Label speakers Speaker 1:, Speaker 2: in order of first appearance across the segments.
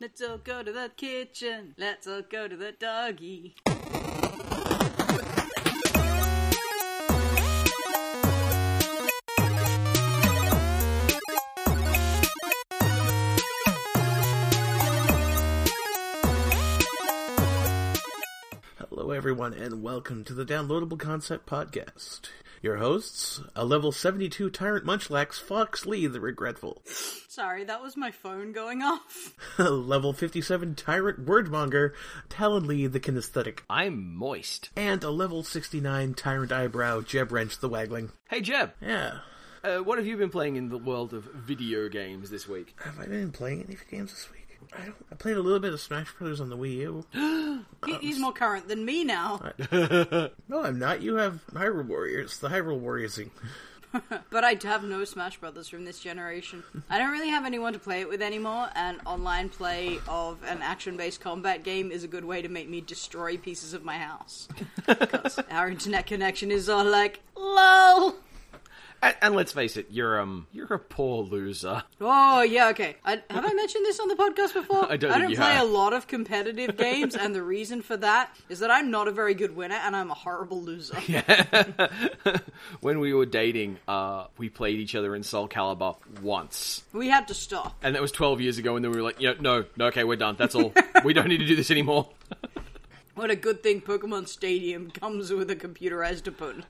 Speaker 1: Let's all go to the kitchen. Let's all go to the doggy.
Speaker 2: Hello, everyone, and welcome to the Downloadable Concept Podcast. Your hosts, a level 72 tyrant munchlax Fox Lee the Regretful,
Speaker 1: Sorry, that was my phone going off.
Speaker 2: a level 57 tyrant wordmonger Talon Lee the Kinesthetic,
Speaker 3: I'm moist.
Speaker 2: and a level 69 tyrant eyebrow Jeb Wrench the Waggling.
Speaker 3: Hey Jeb,
Speaker 2: Yeah.
Speaker 3: uh, what have you been playing in the world of video games this week?
Speaker 2: Have I been playing any games this week? I, don't, I played a little bit of Smash Brothers on the Wii U.
Speaker 1: He- He's more current than me now.
Speaker 2: No, I'm not. You have Hyrule Warriors, the Hyrule Warriors. thing.
Speaker 1: But I have no Smash Brothers from this generation. I don't really have anyone to play it with anymore, and online play of an action based combat game is a good way to make me destroy pieces of my house. Because our internet connection is all like, lol!
Speaker 3: And, and let's face it, you're um, you're a poor loser.
Speaker 1: Oh yeah, okay. I, have I mentioned this on the podcast before?
Speaker 3: I don't
Speaker 1: I
Speaker 3: think
Speaker 1: don't
Speaker 3: you
Speaker 1: play
Speaker 3: have.
Speaker 1: a lot of competitive games, and the reason for that is that I'm not a very good winner, and I'm a horrible loser.
Speaker 3: When we were dating, uh, we played each other in Soul Calibur once,
Speaker 1: We had to stop.
Speaker 3: and that was 12 years ago. And then we were like, you know, no, no, okay, we're done. That's all. we don't need to do this anymore.
Speaker 1: What a good thing Pokemon Stadium comes with a computerized opponent.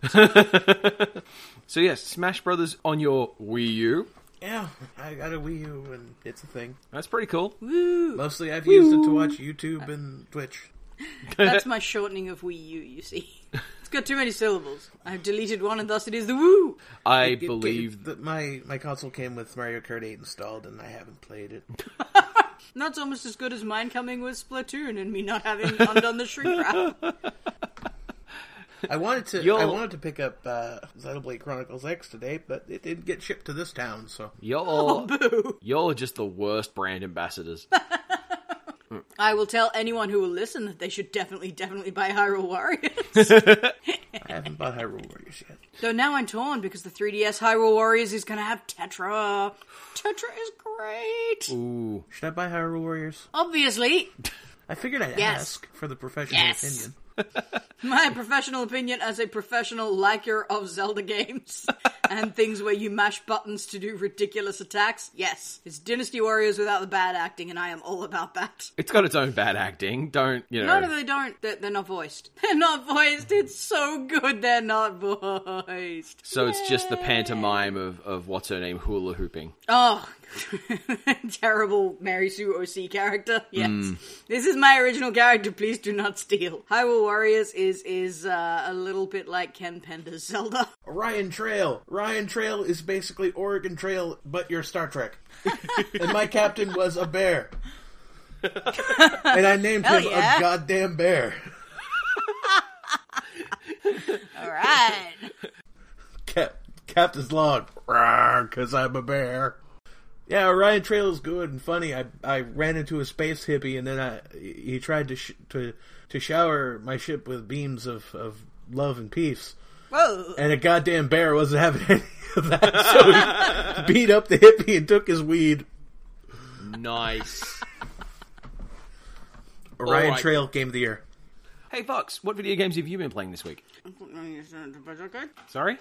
Speaker 3: So yes, Smash Brothers on your Wii U.
Speaker 2: Yeah, I got a Wii U, and it's a thing.
Speaker 3: That's pretty cool.
Speaker 2: Mostly I've used it to watch YouTube and Twitch.
Speaker 1: That's my shortening of Wii U. You see, it's got too many syllables. I've deleted one, and thus it is the woo.
Speaker 3: I
Speaker 2: It- it-
Speaker 3: believe
Speaker 2: it- that my my console came with Mario Kart 8 installed, and I haven't played it.
Speaker 1: And that's almost as good as mine coming with Splatoon and me not having undone the shrink wrap.
Speaker 2: I wanted to I
Speaker 3: You'll-
Speaker 2: wanted to pick up uh, Xenoblade Chronicles X today, but it didn't get shipped to this town. So
Speaker 3: you're
Speaker 1: Oh,
Speaker 3: you're just the worst brand ambassadors.
Speaker 1: I will tell anyone who will listen that they should definitely, definitely buy Hyrule Warriors.
Speaker 2: I haven't bought Hyrule Warriors yet.
Speaker 1: So now I'm torn because the 3DS Hyrule Warriors is going to have Tetra. Tetra is great.
Speaker 3: Ooh,
Speaker 2: Should I buy Hyrule Warriors?
Speaker 1: Obviously,
Speaker 2: I figured I'd
Speaker 1: Yes.
Speaker 2: ask for the professional
Speaker 1: Yes.
Speaker 2: opinion.
Speaker 1: my professional opinion as a professional liker of Zelda games and things where you mash buttons to do ridiculous attacks. Yes, it's Dynasty Warriors without the bad acting, and I am all about that.
Speaker 3: it's got its own bad acting. Don't you know?
Speaker 1: No, no, they don't. They're, they're not voiced. They're not voiced. It's so good they're not voiced.
Speaker 3: So it's just the pantomime of, of what's her name hula hooping.
Speaker 1: Oh, terrible Mary Sue OC character. Yes,
Speaker 3: Hmm.
Speaker 1: this is my original character. Please do not steal. Hyrule Warriors is is uh, a little bit like Ken Pender's Zelda.
Speaker 2: Orion Trail. Orion Trail is basically Oregon Trail, but you're Star Trek. and my captain was a bear. and I named him
Speaker 1: yeah.
Speaker 2: a goddamn bear.
Speaker 1: All right.
Speaker 2: Cap- Captain's log. Because I'm a bear. Yeah, Orion Trail is good and funny. I I ran into a space hippie and then I he tried to sh- to to shower my ship with beams of, of love and peace.
Speaker 1: Whoa.
Speaker 2: And a goddamn bear wasn't having any of that, so he beat up the hippie and took his weed.
Speaker 3: Nice.
Speaker 2: Orion
Speaker 3: Alright.
Speaker 2: Trail game of the year.
Speaker 3: hey Fox, what video games have you been playing this week? Sorry?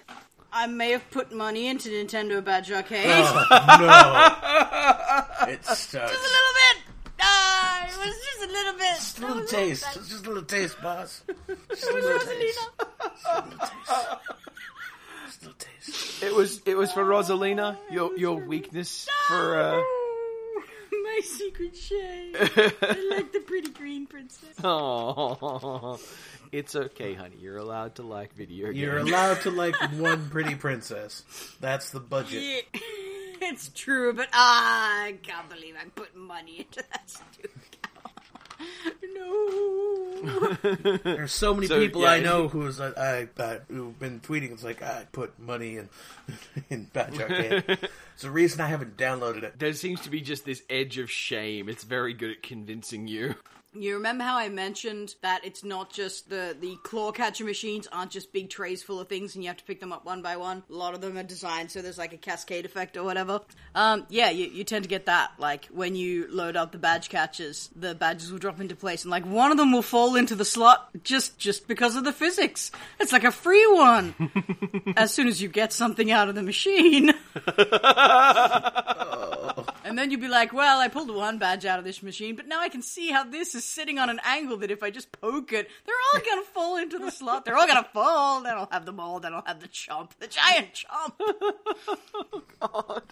Speaker 1: I may have put money into Nintendo Badge Arcade.
Speaker 2: no, it
Speaker 1: A
Speaker 2: sucks.
Speaker 1: little bit. Ah, it was just a little bit.
Speaker 2: Just a little taste, just a little taste, boss. Just a little taste. Just a little taste.
Speaker 3: It was it was for Rosalina, your your weakness for uh
Speaker 1: My secret shade. I like the pretty green princess.
Speaker 3: Aw. It's okay, honey. You're allowed to like video games.
Speaker 2: You're allowed to like one pretty princess. That's the budget.
Speaker 1: Yeah, it's true, but ah, I can't believe I put money into that stupid cow. No.
Speaker 2: There's so many
Speaker 3: So,
Speaker 2: people
Speaker 3: yeah,
Speaker 2: I
Speaker 3: if
Speaker 2: know who's uh, I uh, who've been tweeting. It's like I put money in in Batch Arcade. it's the reason I haven't downloaded it.
Speaker 3: There seems to be just this edge of shame. It's very good at convincing you.
Speaker 1: You remember how I mentioned that it's not just the the claw catcher machines aren't just big trays full of things and you have to pick them up one by one. A lot of them are designed so there's like a cascade effect or whatever. Um, yeah, you, you tend to get that. Like when you load up the badge catchers, the badges will drop into place and like one of them will fall into the slot just just because of the physics. It's like a free one. as soon as you get something out of the machine. And then you'd be like, well, I pulled one badge out of this machine, but now I can see how this is sitting on an angle that if I just poke it, they're all gonna fall into the slot. They're all gonna fall. Then I'll have them all. Then I'll have the chomp, the giant chomp.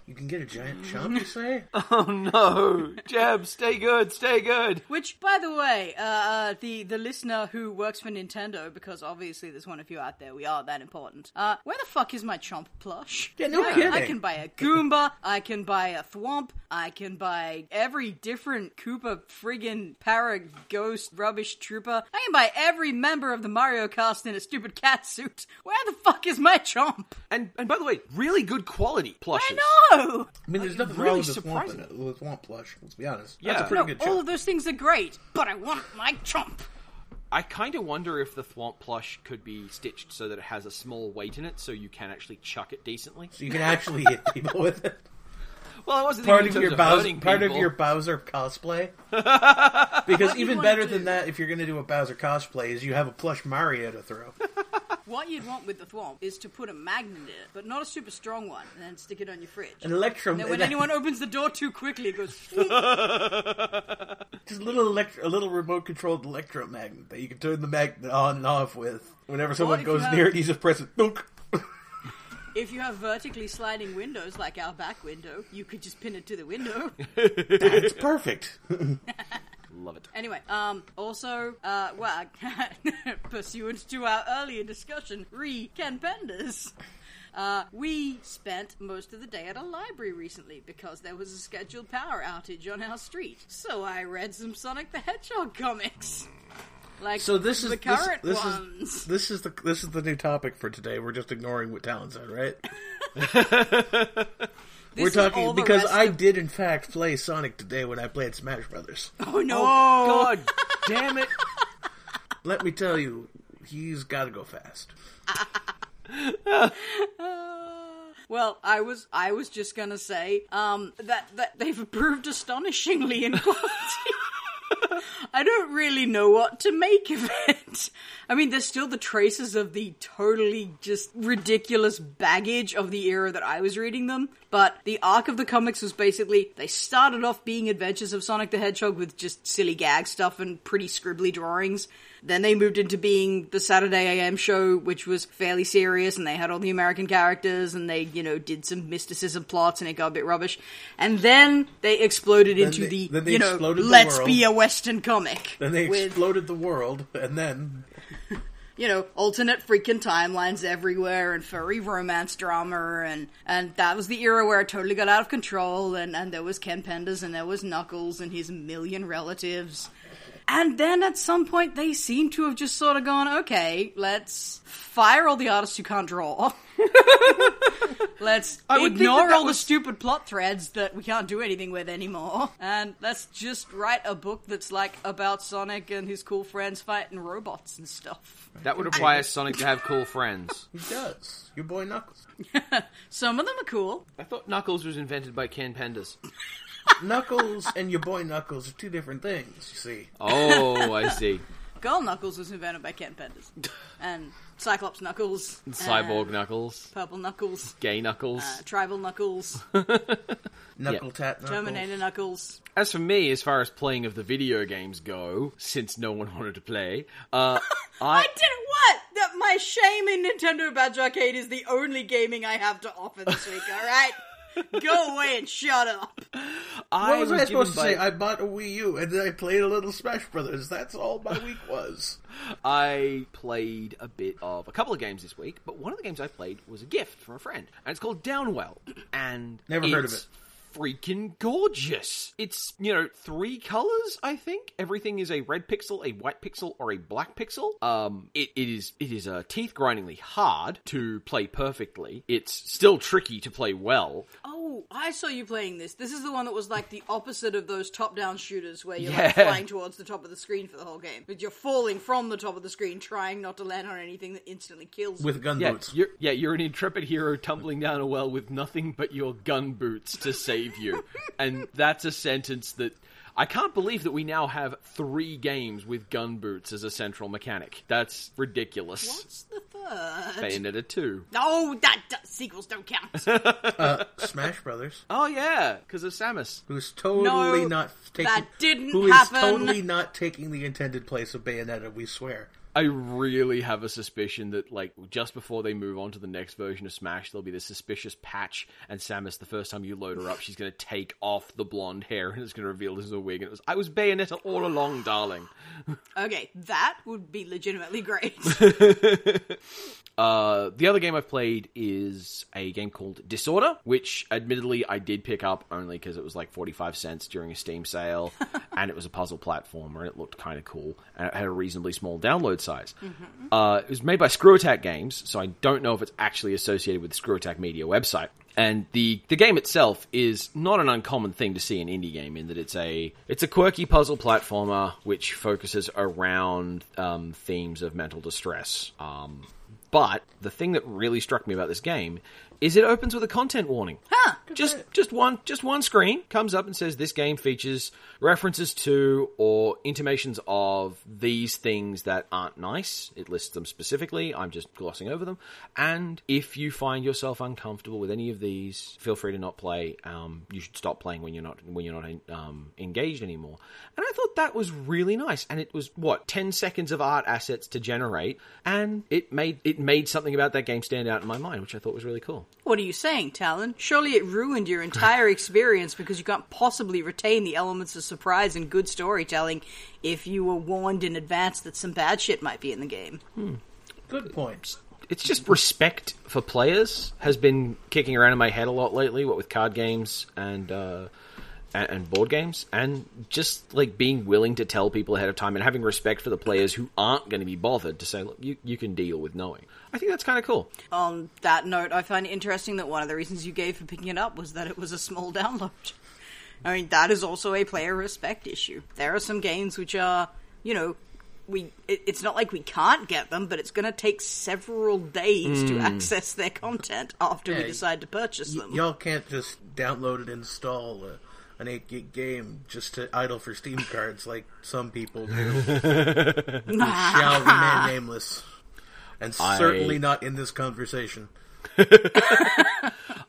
Speaker 2: You can get a giant chump, you say?
Speaker 3: Oh, No, Jeb, stay good, stay good.
Speaker 1: Which, by the way, uh, uh, the the listener who works for Nintendo, because obviously there's one of you out there, we are that important. Uh, where the fuck is my chomp plush?
Speaker 2: Yeah, no
Speaker 1: I,
Speaker 2: kidding.
Speaker 1: I can buy a Goomba. I can buy a Thwomp. I can buy every different Koopa friggin' para ghost rubbish trooper. I can buy every member of the Mario cast in a stupid cat suit. Where the fuck is my chomp?
Speaker 3: And and by the way, really good quality plushes.
Speaker 1: I know.
Speaker 2: I mean, there's nothing
Speaker 3: really
Speaker 2: wrong with the
Speaker 3: surprising.
Speaker 2: Swamp, with Swamp Plush, let's be honest.
Speaker 3: Yeah.
Speaker 2: That's a pretty
Speaker 1: No,
Speaker 2: good
Speaker 1: all
Speaker 2: chump.
Speaker 1: of those things are great, but I want my chomp.
Speaker 3: I kind of wonder if the Thwomp plush could be stitched so that it has a small weight in it, so you can actually chuck it decently.
Speaker 2: So you can actually hit people with it.
Speaker 3: Well, I wasn't
Speaker 2: Part of
Speaker 3: thinking
Speaker 2: your
Speaker 3: in terms
Speaker 2: Bowser,
Speaker 3: hurting
Speaker 2: part of
Speaker 3: people.
Speaker 2: your Bowser cosplay. Because even
Speaker 1: wanna
Speaker 2: better
Speaker 1: do-
Speaker 2: than that, if you're going to do a Bowser cosplay, is you have a plush Mario to throw.
Speaker 1: What you'd want with the Thwomp is to put a magnet in it, but not a super strong one, and then stick it on your fridge.
Speaker 2: An electro.
Speaker 1: and then when
Speaker 2: an-
Speaker 1: anyone opens the door too quickly, it goes.
Speaker 2: Just a little electro, a little remote controlled electromagnet that you can turn the magnet on and off with. Whenever someone
Speaker 1: if you
Speaker 2: goes
Speaker 1: have-
Speaker 2: near it, you just press it. Boonk.
Speaker 1: if you have vertically sliding windows like our back window, you could just pin it to the window.
Speaker 2: It's perfect.
Speaker 3: Love it.
Speaker 1: Anyway, um, also, uh, well, pursuant to our earlier discussion, re Ken Penders. Uh, we spent most of the day at a library recently because there was a scheduled power outage on our street. So I read some Sonic the Hedgehog comics. Like
Speaker 2: So this is
Speaker 1: the
Speaker 2: this,
Speaker 1: current
Speaker 2: this
Speaker 1: ones.
Speaker 2: is this is the this is the new topic for today. We're just ignoring what Talon said, right?
Speaker 1: This
Speaker 2: We're
Speaker 1: is all
Speaker 2: talking
Speaker 1: the
Speaker 2: because
Speaker 1: rest
Speaker 2: I
Speaker 1: of-
Speaker 2: did in fact play Sonic today when I played Smash Brothers.
Speaker 1: Oh no!
Speaker 3: Oh God, damn it!
Speaker 2: Let me tell you, he's got to go fast.
Speaker 1: Well, I was I was just gonna say um, that that they've improved astonishingly in quality. I don't really know what to make of it. I mean, there's still the traces of the totally just ridiculous baggage of the era that I was reading them, but the arc of the comics was basically they started off being adventures of Sonic the Hedgehog with just silly gag stuff and pretty scribbly drawings. Then they moved into being the Saturday AM show, which was fairly serious, and they had all the American characters, and they, you know, did some mysticism plots, and it got a bit rubbish. And then they exploded into
Speaker 2: they-
Speaker 1: the,
Speaker 2: then they
Speaker 1: you know,
Speaker 2: exploded the
Speaker 1: let's
Speaker 2: world.
Speaker 1: be a Western comic.
Speaker 2: Then they
Speaker 1: with,
Speaker 2: exploded the world, and then
Speaker 1: you know, alternate freaking timelines everywhere and furry romance drama and and that was the era where it totally got out of control and and there was Ken Penders and there was Knuckles and his million relatives. And then at some point they seem to have just sort of gone, okay, let's fire all the artists who can't draw. let's
Speaker 3: would think
Speaker 1: ignore
Speaker 3: that that
Speaker 1: all the
Speaker 3: was-
Speaker 1: stupid plot threads that we can't do anything with anymore. And let's just write a book that's like about Sonic and his cool friends fighting robots and stuff.
Speaker 3: That would require Sonic to have cool friends.
Speaker 2: he does. Your boy Knuckles.
Speaker 1: Some of them are cool.
Speaker 3: I thought Knuckles was invented by Ken Penders.
Speaker 2: Knuckles and your boy Knuckles are two different things. You see,
Speaker 3: Oh, I see.
Speaker 1: Girl Knuckles was invented by Ken Penders. And Cyclops Knuckles.
Speaker 3: Uh,
Speaker 1: and
Speaker 3: Cyborg Knuckles,
Speaker 1: Purple Knuckles.
Speaker 3: gay Knuckles.
Speaker 1: Uh, tribal Knuckles.
Speaker 2: Knuckle Tat Knuckles.
Speaker 1: Terminator Knuckles.
Speaker 3: As for me, as far as playing of the video games go, since no one wanted to play, uh, I
Speaker 1: I did it! What? That my shame in Nintendo Badge Arcade is the only gaming I have to offer this week, alright? Go away and shut up.
Speaker 3: I
Speaker 2: What was, I
Speaker 3: given
Speaker 2: supposed
Speaker 3: by-
Speaker 2: to say? I bought a Wii U and then I played a little Smash Brothers. That's all my week was.
Speaker 3: I played a bit of a couple of games this week, but one of the games I played was a gift from a friend, and it's called Downwell. And
Speaker 2: Never heard of
Speaker 3: it's
Speaker 2: it.
Speaker 3: Freaking gorgeous! It's you know three colors. I think everything is a red pixel, a white pixel, or a black pixel. Um, it, it is it is uh, teeth grindingly hard to play perfectly. It's still tricky to play well.
Speaker 1: Oh, Oh, I saw you playing this. This is the one that was like the opposite of those top-down shooters where you're like
Speaker 3: Yeah.
Speaker 1: flying towards the top of the screen for the whole game, but you're falling from the top of the screen, trying not to land on anything that instantly kills. you.
Speaker 2: with gun
Speaker 3: Yeah,
Speaker 2: boots.
Speaker 3: you're, yeah, you're an intrepid hero tumbling down a well with nothing but your gun boots to save you. and that's a sentence that I can't believe that we now have three games with gun boots as a central mechanic. That's ridiculous.
Speaker 1: What's the third?
Speaker 3: Bayonetta 2.
Speaker 1: No, that, that sequels don't count.
Speaker 2: Smash Brothers,
Speaker 3: Oh, yeah, because of Samus.
Speaker 2: who's totally
Speaker 1: No,
Speaker 2: not taking
Speaker 1: that didn't
Speaker 2: who is
Speaker 1: happen.
Speaker 2: totally not taking the intended place of Bayonetta. We swear.
Speaker 3: I really have a suspicion that, like, just before they move on to the next version of Smash, there'll be this suspicious patch, and Samus, the first time you load her up, she's going to take off the blonde hair and it's going to reveal this is a wig. And it was, I was Bayonetta all along, darling.
Speaker 1: okay, that would be legitimately great.
Speaker 3: Uh, the other game I've played is a game called Disorder, which admittedly I did pick up only because it was like 45 cents during a Steam sale, and it was a puzzle platformer, and it looked kind of cool, and it had a reasonably small download size. Uh, it was made by Screw Attack Games, so I don't know if it's actually associated with the Screw Attack Media website. And the, the game itself is not an uncommon thing to see in indie game in that it's a it's a quirky puzzle platformer which focuses around um, themes of mental distress. Um, but the thing that really struck me about this game is it opens with a content warning. Huh. Just just one just one screen comes up and says this game features references to or intimations of these things that aren't nice. It lists them specifically. I'm just glossing over them. And if you find yourself uncomfortable with any of these, feel free to not play. Um, you should stop playing when you're not when you're not um, engaged anymore. And I thought that was really nice. And it was what ten seconds of art assets to generate, and it made it made something about that game stand out in my mind, which I thought was really cool.
Speaker 1: what are you saying, Talon? Surely it ruined your entire experience because you can't possibly retain the elements of surprise and good storytelling if you were warned in advance that some bad shit might be in the game.
Speaker 2: Good point.
Speaker 3: It's just respect for players has been kicking around in my head a lot lately, what with card games and. Uh, and, and board games, and just like being willing to tell people ahead of time and having respect for the players who aren't going to be bothered to say, look, you, you can deal with knowing. I think that's kind of cool.
Speaker 1: On that note, I find it interesting that one of the reasons you gave for picking it up was that it was a small download. I mean, that is also a player respect issue. There are some games which are, you know, we it, it's not like we can't get them, but it's going to take several days to access their content after we
Speaker 2: Yeah,
Speaker 1: decide to purchase
Speaker 2: Y-
Speaker 1: them.
Speaker 2: y'all can't just download and install a, an 8 gig game just to idle for Steam cards like some people do. Who shall remain nameless. And
Speaker 3: I-
Speaker 2: certainly not in this conversation.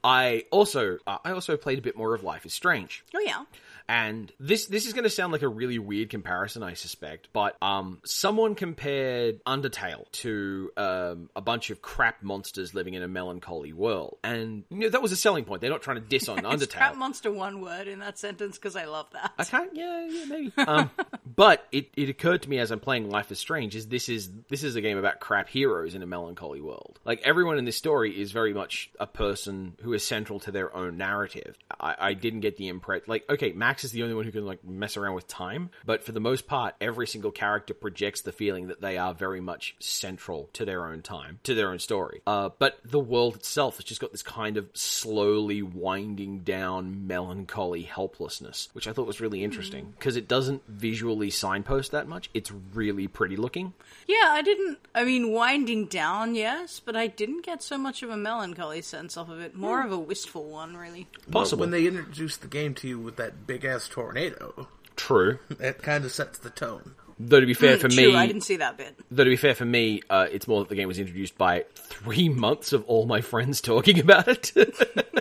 Speaker 3: I also uh, I also played a bit more of Life is Strange.
Speaker 1: oh yeah.
Speaker 3: And this this is going to sound like a really weird comparison, I suspect, but um, someone compared Undertale to um, a bunch of crap monsters living in a melancholy world, and you know that was a selling point. They're not trying to diss on
Speaker 1: Is Trap
Speaker 3: Undertale.
Speaker 1: Monster one word in that sentence because I love that.
Speaker 3: I can't. Yeah, yeah, maybe. Um, but it, it occurred to me as I'm playing Life is Strange is this is this is a game about crap heroes in a melancholy world. Like everyone in this story is very much a person who is central to their own narrative. I, I didn't get the impression. Like, okay, Max is the only one who can like mess around with time, but for the most part, every single character projects the feeling that they are very much central to their own time, to their own story. Uh, but the world itself has just got this kind of slowly winding down melancholy helplessness, which I thought was really
Speaker 1: Mm.
Speaker 3: interesting because it doesn't visually signpost that much. It's really pretty looking.
Speaker 1: Yeah, I didn't. I mean, winding down, yes, but I didn't get so much of a melancholy sense off of it. More of a wistful one, really.
Speaker 3: Possible.
Speaker 2: When they introduce the game to you with that big ass tornado,
Speaker 3: True.
Speaker 2: that kind of sets the tone.
Speaker 3: Though to be fair for
Speaker 1: Mm, True,
Speaker 3: me,
Speaker 1: I didn't see that bit.
Speaker 3: though to be fair for me, uh, it's more that the game was introduced by three months of all my friends talking about it.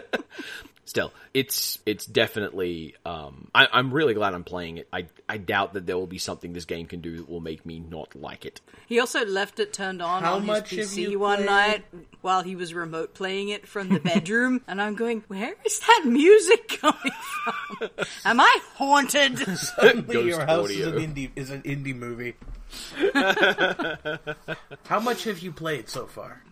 Speaker 3: Still, it's it's definitely. Um, I, I'm really glad I'm playing it. I I doubt that there will be something this game can do that will make me not like it.
Speaker 1: He also left it turned on
Speaker 2: How
Speaker 1: on
Speaker 2: much have
Speaker 1: his PC
Speaker 2: you
Speaker 1: one
Speaker 2: played?
Speaker 1: night while he was remote playing it from the bedroom, and I'm going, "Where is that music coming from? Am I haunted?"
Speaker 2: Suddenly
Speaker 3: Ghost
Speaker 2: your house is
Speaker 3: audio.
Speaker 2: an, indie, is an indie movie. How much have you played so far?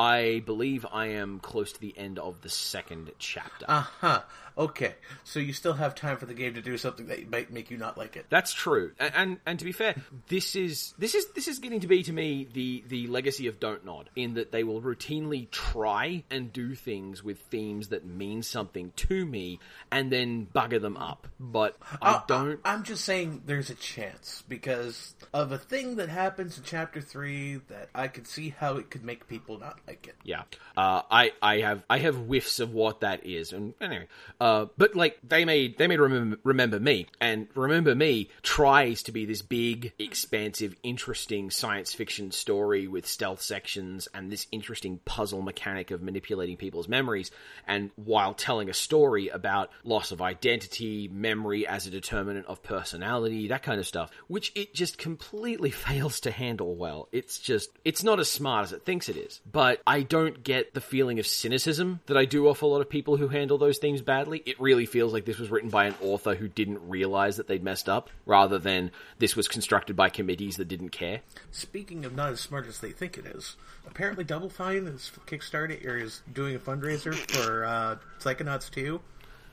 Speaker 3: I believe I am close to the end of the second chapter.
Speaker 2: Huh. Uh, Okay, so you still have time for the game to do something that might make you not like it.
Speaker 3: That's true, and, and and to be fair, this is this is this is getting to be to me the the legacy of Don't Nod in that they will routinely try and do things with themes that mean something to me, and then bugger them up. But I
Speaker 2: Uh,
Speaker 3: don't.
Speaker 2: I'm just saying there's a chance because of a thing that happens in chapter three that I could see how it could make people not like it.
Speaker 3: Yeah, uh, I I have I have whiffs of what that is, and anyway, uh, but like they made they made remember, remember me, and remember me tries to be this big, expansive, interesting science fiction story with stealth sections and this interesting puzzle mechanic of manipulating people's memories, and while telling a story about loss of identity, memory as a determinant of personality, that kind of stuff, which it just completely fails to handle well. It's just, it's not as smart as it thinks it is. But I don't get the feeling of cynicism that I do off a lot of people who handle those themes badly. It really feels like this was written by an author who didn't realize that they'd messed up, rather than this was constructed by committees that didn't care.
Speaker 2: Speaking of not as smart as they think it is, apparently Double Fine is Kickstarter or is doing a fundraiser for uh, Psychonauts 2.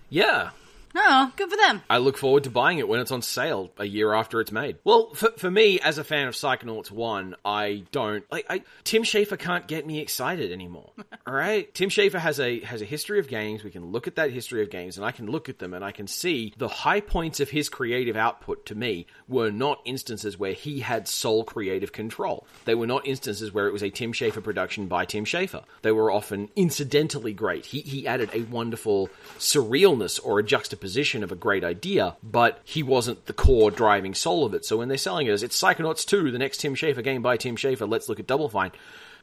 Speaker 3: Yeah,
Speaker 1: No, good for them.
Speaker 3: I look forward to buying it when it's on sale a year after it's made. Well, for, for me, as a fan of Psychonauts 1, I don't like I Tim Schafer can't get me excited anymore. All right? Tim Schafer has a has a history of games. We can look at that history of games and I can look at them and I can see the high points of his creative output to me were not instances where he had sole creative control. They were not instances where it was a Tim Schafer production by Tim Schafer. They were often incidentally great. He he added a wonderful surrealness or a juxtaposition of a great idea, but he wasn't the core driving soul of it. So when they're selling it as it's Psychonauts 2, the next Tim Schafer game by Tim Schafer, let's look at Double Fine.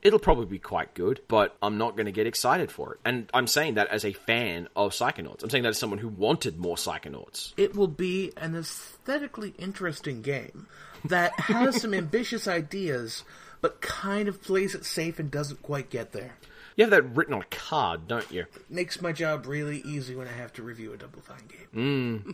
Speaker 3: It'll probably be quite good, but I'm not going to get excited for it. And I'm saying that as a fan of Psychonauts. I'm saying that as someone who wanted more Psychonauts.
Speaker 2: It will be an aesthetically interesting game that has some ambitious ideas, but kind of plays it safe and doesn't quite get there.
Speaker 3: You have that written on a card, don't you?
Speaker 2: Makes my job really easy when I have to review a Double Fine game.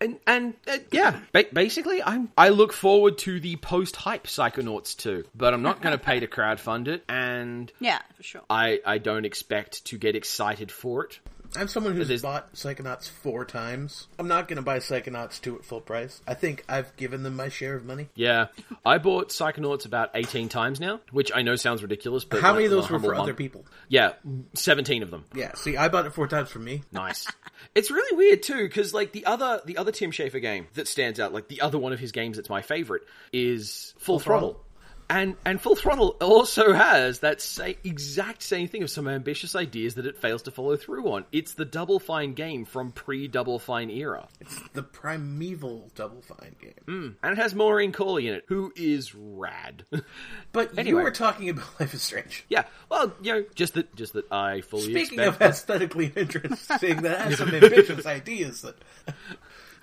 Speaker 3: and and uh, yeah, ba- basically, I'm I look forward to the post hype Psychonauts 2, but I'm not going to pay to crowdfund it, and
Speaker 1: Yeah, for sure.
Speaker 3: I I don't expect to get excited for it.
Speaker 2: I'm someone who's
Speaker 3: there's-
Speaker 2: bought Psychonauts four times. I'm not going to buy Psychonauts 2 at full price. I think I've given them my share of money.
Speaker 3: Yeah, I bought Psychonauts about 18 times now, which I know sounds ridiculous, but
Speaker 2: How
Speaker 3: like,
Speaker 2: many of
Speaker 3: I'm a
Speaker 2: those were
Speaker 3: humble
Speaker 2: for other
Speaker 3: bum.
Speaker 2: people?
Speaker 3: Yeah, 17 of them.
Speaker 2: Yeah, see, I bought it four times for me.
Speaker 3: Nice. it's really weird too, because like the other the other Tim Schafer game that stands out, like the other one of his games that's my favorite is Full, Throttle.
Speaker 2: Throttle.
Speaker 3: And and Full Throttle also has that sa exact same thing of some ambitious ideas that it fails to follow through on. It's the Double Fine game from pre Double Fine era,
Speaker 2: It's the primeval Double Fine game.
Speaker 3: and it has Maureen Corley in it, who is rad.
Speaker 2: But
Speaker 3: Anyway.
Speaker 2: you were talking about Life is Strange.
Speaker 3: yeah, well, you know, just that just that I fully
Speaker 2: Speaking
Speaker 3: expect
Speaker 2: of aesthetically interesting, that has some ambitious ideas that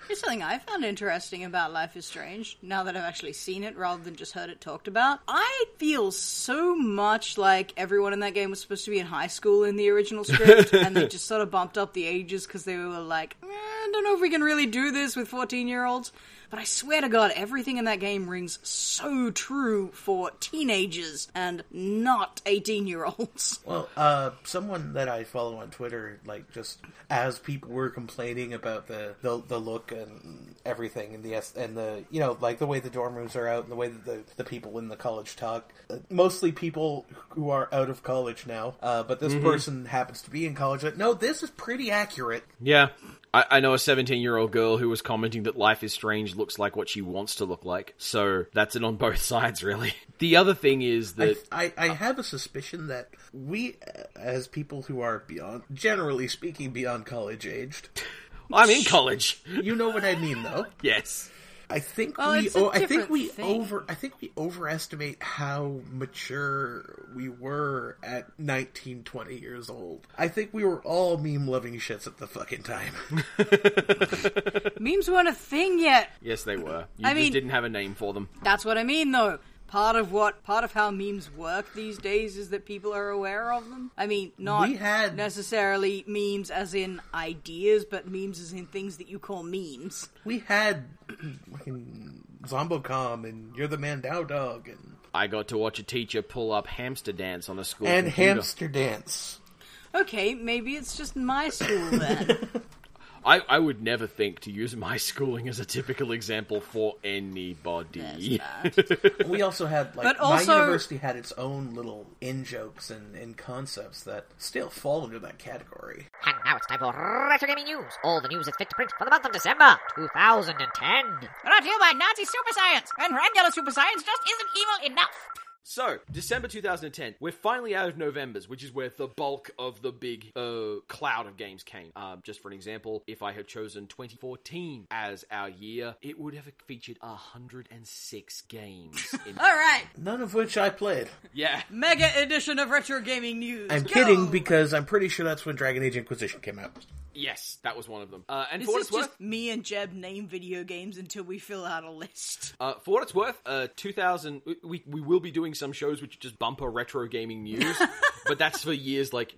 Speaker 1: Here's something I found interesting about Life is Strange, now that I've actually seen it rather than just heard it talked about. I feel so much like everyone in that game was supposed to be in high school in the original script, and they just sort of bumped up the ages because they were like, "Eh, I don't know if we can really do this with 14 year olds. But I swear to God, everything in that game rings so true for teenagers and not 18 year olds.
Speaker 2: Well, uh, someone that I follow on Twitter, like just as people were complaining about the, the, the look and everything, and the es- and the you know like the way the dorm rooms are out, and the way that the, the people in the college talk, uh, mostly people who are out of college now. Uh, but this person happens to be in college. Like, no, this is pretty accurate.
Speaker 3: Yeah. I, I know a 17 year old girl who was commenting that Life is Strange looks like what she wants to look like. So that's it on both sides, really. The other thing is that.
Speaker 2: I, I have a suspicion that we, uh, as people who are beyond, generally speaking, beyond college aged,
Speaker 3: I'm in college.
Speaker 2: you know what I mean, though.
Speaker 3: yes.
Speaker 2: I think
Speaker 1: Well,
Speaker 2: we
Speaker 1: it's a
Speaker 2: oh, I think
Speaker 1: different
Speaker 2: we
Speaker 1: thing.
Speaker 2: over I think we overestimate how mature we were at 19 20 years old. I think we were all meme loving shits at the fucking time.
Speaker 1: Memes weren't a thing yet.
Speaker 3: Yes, they were. You
Speaker 1: I
Speaker 3: just
Speaker 1: mean-
Speaker 3: didn't have a name for them.
Speaker 1: That's what I mean, though. Part of what, part of how memes work these days is that people are aware of them. I mean, not
Speaker 2: We had-
Speaker 1: necessarily memes as in ideas, but memes as in things that you call memes.
Speaker 2: we had fucking Zombocom and You're the Man Now Dog and
Speaker 3: I got to watch a teacher pull up hamster dance on the school
Speaker 2: and
Speaker 3: computer.
Speaker 2: Hamster Dance.
Speaker 1: Okay, maybe it's just my school then.
Speaker 3: I, I would never think to use my schooling as a typical example for anybody.
Speaker 2: we also had like
Speaker 1: But
Speaker 2: my
Speaker 1: also-
Speaker 2: university had its own little in jokes and, and concepts that still fall under that category.
Speaker 4: And now it's time for Retro Gaming News. All the news that's fit to print for the month of December 2010.
Speaker 5: Brought to you by Nazi Super Science. And regular Super Science just isn't evil enough.
Speaker 3: So, December 2010, we're finally out of November's, which is where the bulk of the big uh, cloud of games came. Um, just for an example, if I had chosen 2014 as our year, it would have featured 106 games. In-
Speaker 1: All right,
Speaker 2: None of which I played.
Speaker 3: yeah.
Speaker 1: mega edition of retro gaming news.
Speaker 2: I'm
Speaker 1: Go!
Speaker 2: kidding because I'm pretty sure that's when Dragon Age Inquisition came out.
Speaker 3: Yes, that was one of them. Uh, and
Speaker 1: This
Speaker 3: for what
Speaker 1: is
Speaker 3: it's worth,
Speaker 1: just me and Jeb name video games until we fill out a list.
Speaker 3: Uh, for what it's worth, uh, 2000, we- we, we will be doing some shows which just bumper retro gaming news, but that's for years like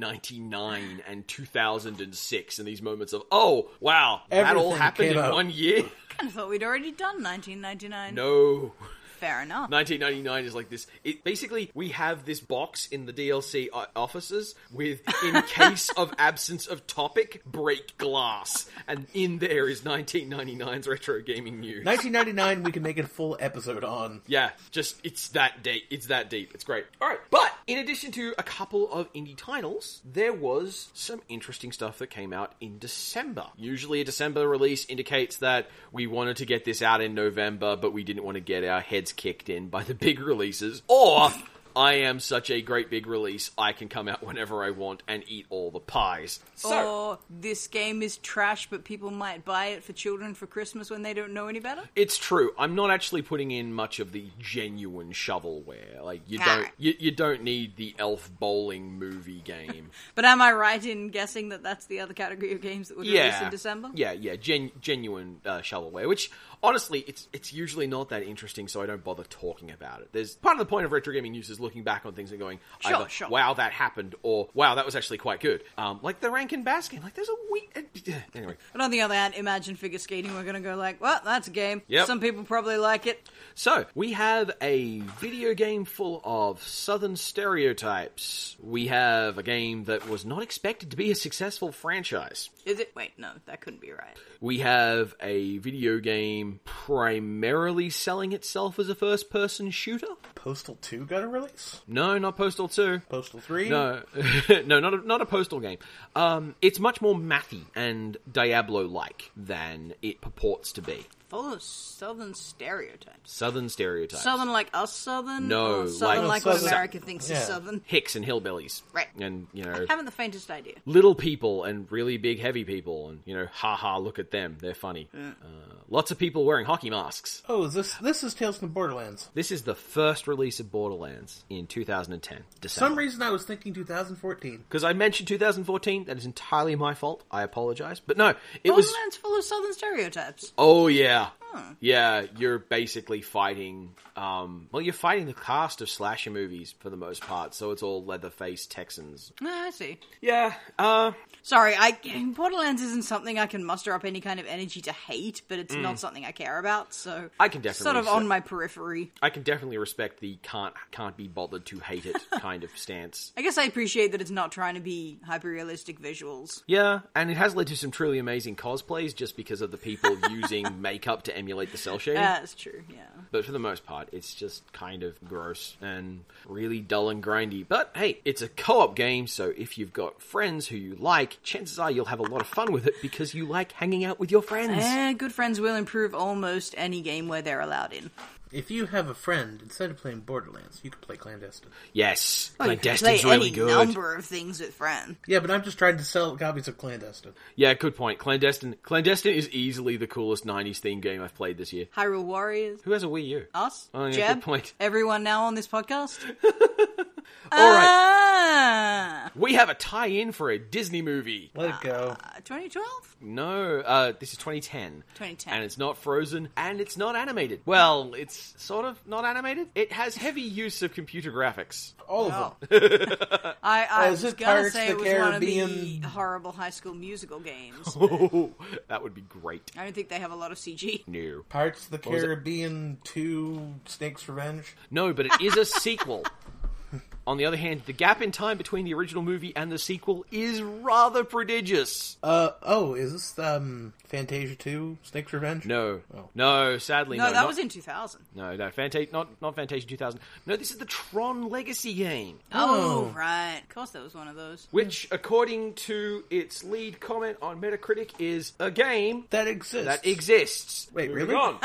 Speaker 3: 1999 and 2006 and these moments of, oh, wow, that all
Speaker 2: Everything
Speaker 3: happened
Speaker 2: came
Speaker 3: in
Speaker 2: out.
Speaker 3: one year?
Speaker 1: I thought we'd already done 1999.
Speaker 3: No.
Speaker 1: Fair enough.
Speaker 3: 1999 is like this. It basically we have this box in the DLC o- uh, offices with in case of absence of topic, break glass, and in there is 1999's retro gaming news.
Speaker 2: 1999, we can make a full episode on.
Speaker 3: Yeah, just it's that deep. It's that deep. It's great. All right, but in addition to a couple of indie titles, there was some interesting stuff that came out in December. Usually, a December release indicates that we wanted to get this out in November, but we didn't want to get our heads kicked in by the big releases, or I am such a great big release, I can come out whenever I want and eat all the pies. So.
Speaker 1: Or this game is trash, but people might buy it for children for Christmas when they don't know any better.
Speaker 3: It's true. I'm not actually putting in much of the genuine shovelware. Like you don't you, you don't need the elf bowling movie game.
Speaker 1: But am I right in guessing that that's the other category of games that would release in December?
Speaker 3: Yeah, yeah, gen- genuine uh, shovelware. Which honestly, it's it's usually not that interesting, so I don't bother talking about it. There's part of the point of retro gaming news is looking back on things and going,
Speaker 1: Sure,
Speaker 3: either,
Speaker 1: sure.
Speaker 3: "Wow, that happened," or "Wow, that was actually quite good." Um, like the Rankin Bass game. Like there's a week. uh, Anyway,
Speaker 1: But on the other hand, imagine figure skating. We're going to go like, well, that's a game.
Speaker 3: Yep.
Speaker 1: Some people probably like it.
Speaker 3: So, we have a video game full of Southern stereotypes. We have a game that was not expected to be a successful franchise.
Speaker 1: Is it? Wait, no, that couldn't be right.
Speaker 3: We have a video game primarily selling itself as a first person shooter.
Speaker 2: Postal 2 got a release?
Speaker 3: No, not Postal 2.
Speaker 2: Postal 3?
Speaker 3: No, no, not a, not a postal game. Um, it's much more mathy and Diablo-like than it purports to be.
Speaker 1: Follow Southern stereotypes.
Speaker 3: Southern stereotypes.
Speaker 1: Southern like us Southern?
Speaker 3: No,
Speaker 1: Or Southern
Speaker 3: like-
Speaker 1: like, what
Speaker 2: Southern-
Speaker 1: America thinks
Speaker 2: yeah.
Speaker 1: is Southern?
Speaker 3: Hicks and hillbillies,
Speaker 1: Right.
Speaker 3: And you know,
Speaker 1: Haven't the faintest idea.
Speaker 3: little people and really big heavy people and you know ha ha look at them they're funny uh, lots of people wearing hockey masks
Speaker 2: Oh, is this this is Tales from the Borderlands.
Speaker 3: this is the first release of borderlands in 2010
Speaker 2: For some
Speaker 3: december
Speaker 2: reason, I was thinking 2014.
Speaker 3: because i mentioned 2014 that is entirely my fault i apologize but no it was
Speaker 1: Borderlands full of Southern stereotypes.
Speaker 3: oh yeah yeah you're basically fighting um well you're fighting the cast of slasher movies for the most part so it's all leatherface texans
Speaker 1: Ah, I see.
Speaker 3: yeah uh
Speaker 1: Sorry, I Borderlands isn't something I can muster up any kind of energy to hate, but it's not something I care about, so
Speaker 3: Mm. I can definitely
Speaker 1: sort of
Speaker 3: say-
Speaker 1: on my periphery.
Speaker 3: i can definitely respect the can't can't be bothered to hate it kind of stance
Speaker 1: I guess I appreciate that it's not trying to be hyper realistic visuals.
Speaker 3: Yeah, and it has led to some truly amazing cosplays just because of the people using makeup to emulate the cell shading.
Speaker 1: That's true, yeah.
Speaker 3: But for the most part, it's just kind of gross and really dull and grindy. But hey, it's a co op game, so if you've got friends who you like, chances are you'll have a lot of fun with it because you like hanging out with your friends.
Speaker 1: Eh, good friends will improve almost any game where they're allowed in.
Speaker 2: If you have a friend, instead of playing Borderlands, you could play Clandestine.
Speaker 3: yes,
Speaker 1: Well, you can
Speaker 3: Clandestine's
Speaker 1: play
Speaker 3: really
Speaker 1: any
Speaker 3: good.
Speaker 1: number of things with friends.
Speaker 2: Yeah, but I'm just trying to sell copies of Clandestine.
Speaker 3: Yeah, good point. Clandestine Clandestine is easily the coolest 90s theme game I've played this year.
Speaker 1: Hyrule Warriors,
Speaker 3: Who has a Wii U?
Speaker 1: us,
Speaker 3: Oh, yeah,
Speaker 1: Jeb,
Speaker 3: good point.
Speaker 1: everyone now on this podcast.
Speaker 3: All
Speaker 1: Uh,
Speaker 3: right,
Speaker 1: Ah,
Speaker 3: we have a tie in for a Disney movie.
Speaker 2: Let it go.
Speaker 1: 2012?
Speaker 3: No, uh, this is 2010.
Speaker 1: 2010.
Speaker 3: And it's not frozen, and it's not animated. Well, it's sort of not animated. It has heavy use of computer graphics.
Speaker 2: All of them.
Speaker 1: I, I
Speaker 2: Oh, is
Speaker 1: was
Speaker 2: it
Speaker 1: gonna
Speaker 2: Pirates
Speaker 1: say
Speaker 2: of
Speaker 1: it
Speaker 2: the
Speaker 1: was one of
Speaker 2: Caribbean?
Speaker 1: the horrible High School Musical games.
Speaker 3: Oh, that would be great.
Speaker 1: I don't think they have a lot of CG.
Speaker 3: No.
Speaker 2: Pirates of the
Speaker 3: was it?
Speaker 2: Caribbean 2 Snake's Revenge.
Speaker 3: No, but it is a sequel. On the other hand, the gap in time between the original movie and the sequel is rather prodigious.
Speaker 2: Uh oh, is this um Fantasia two Snake's Revenge?
Speaker 3: No,
Speaker 2: Oh.
Speaker 3: no, sadly, no.
Speaker 1: No, that
Speaker 3: not-
Speaker 1: was in 2000.
Speaker 3: no, no, Fanta- not not Fantasia 2000. No, this is the Tron Legacy game.
Speaker 1: Oh, right. Of course, that was one of those.
Speaker 3: which, according to its lead comment on Metacritic, is a game
Speaker 2: that exists.
Speaker 3: that exists.
Speaker 2: Wait,
Speaker 3: Moving
Speaker 2: really?
Speaker 3: on.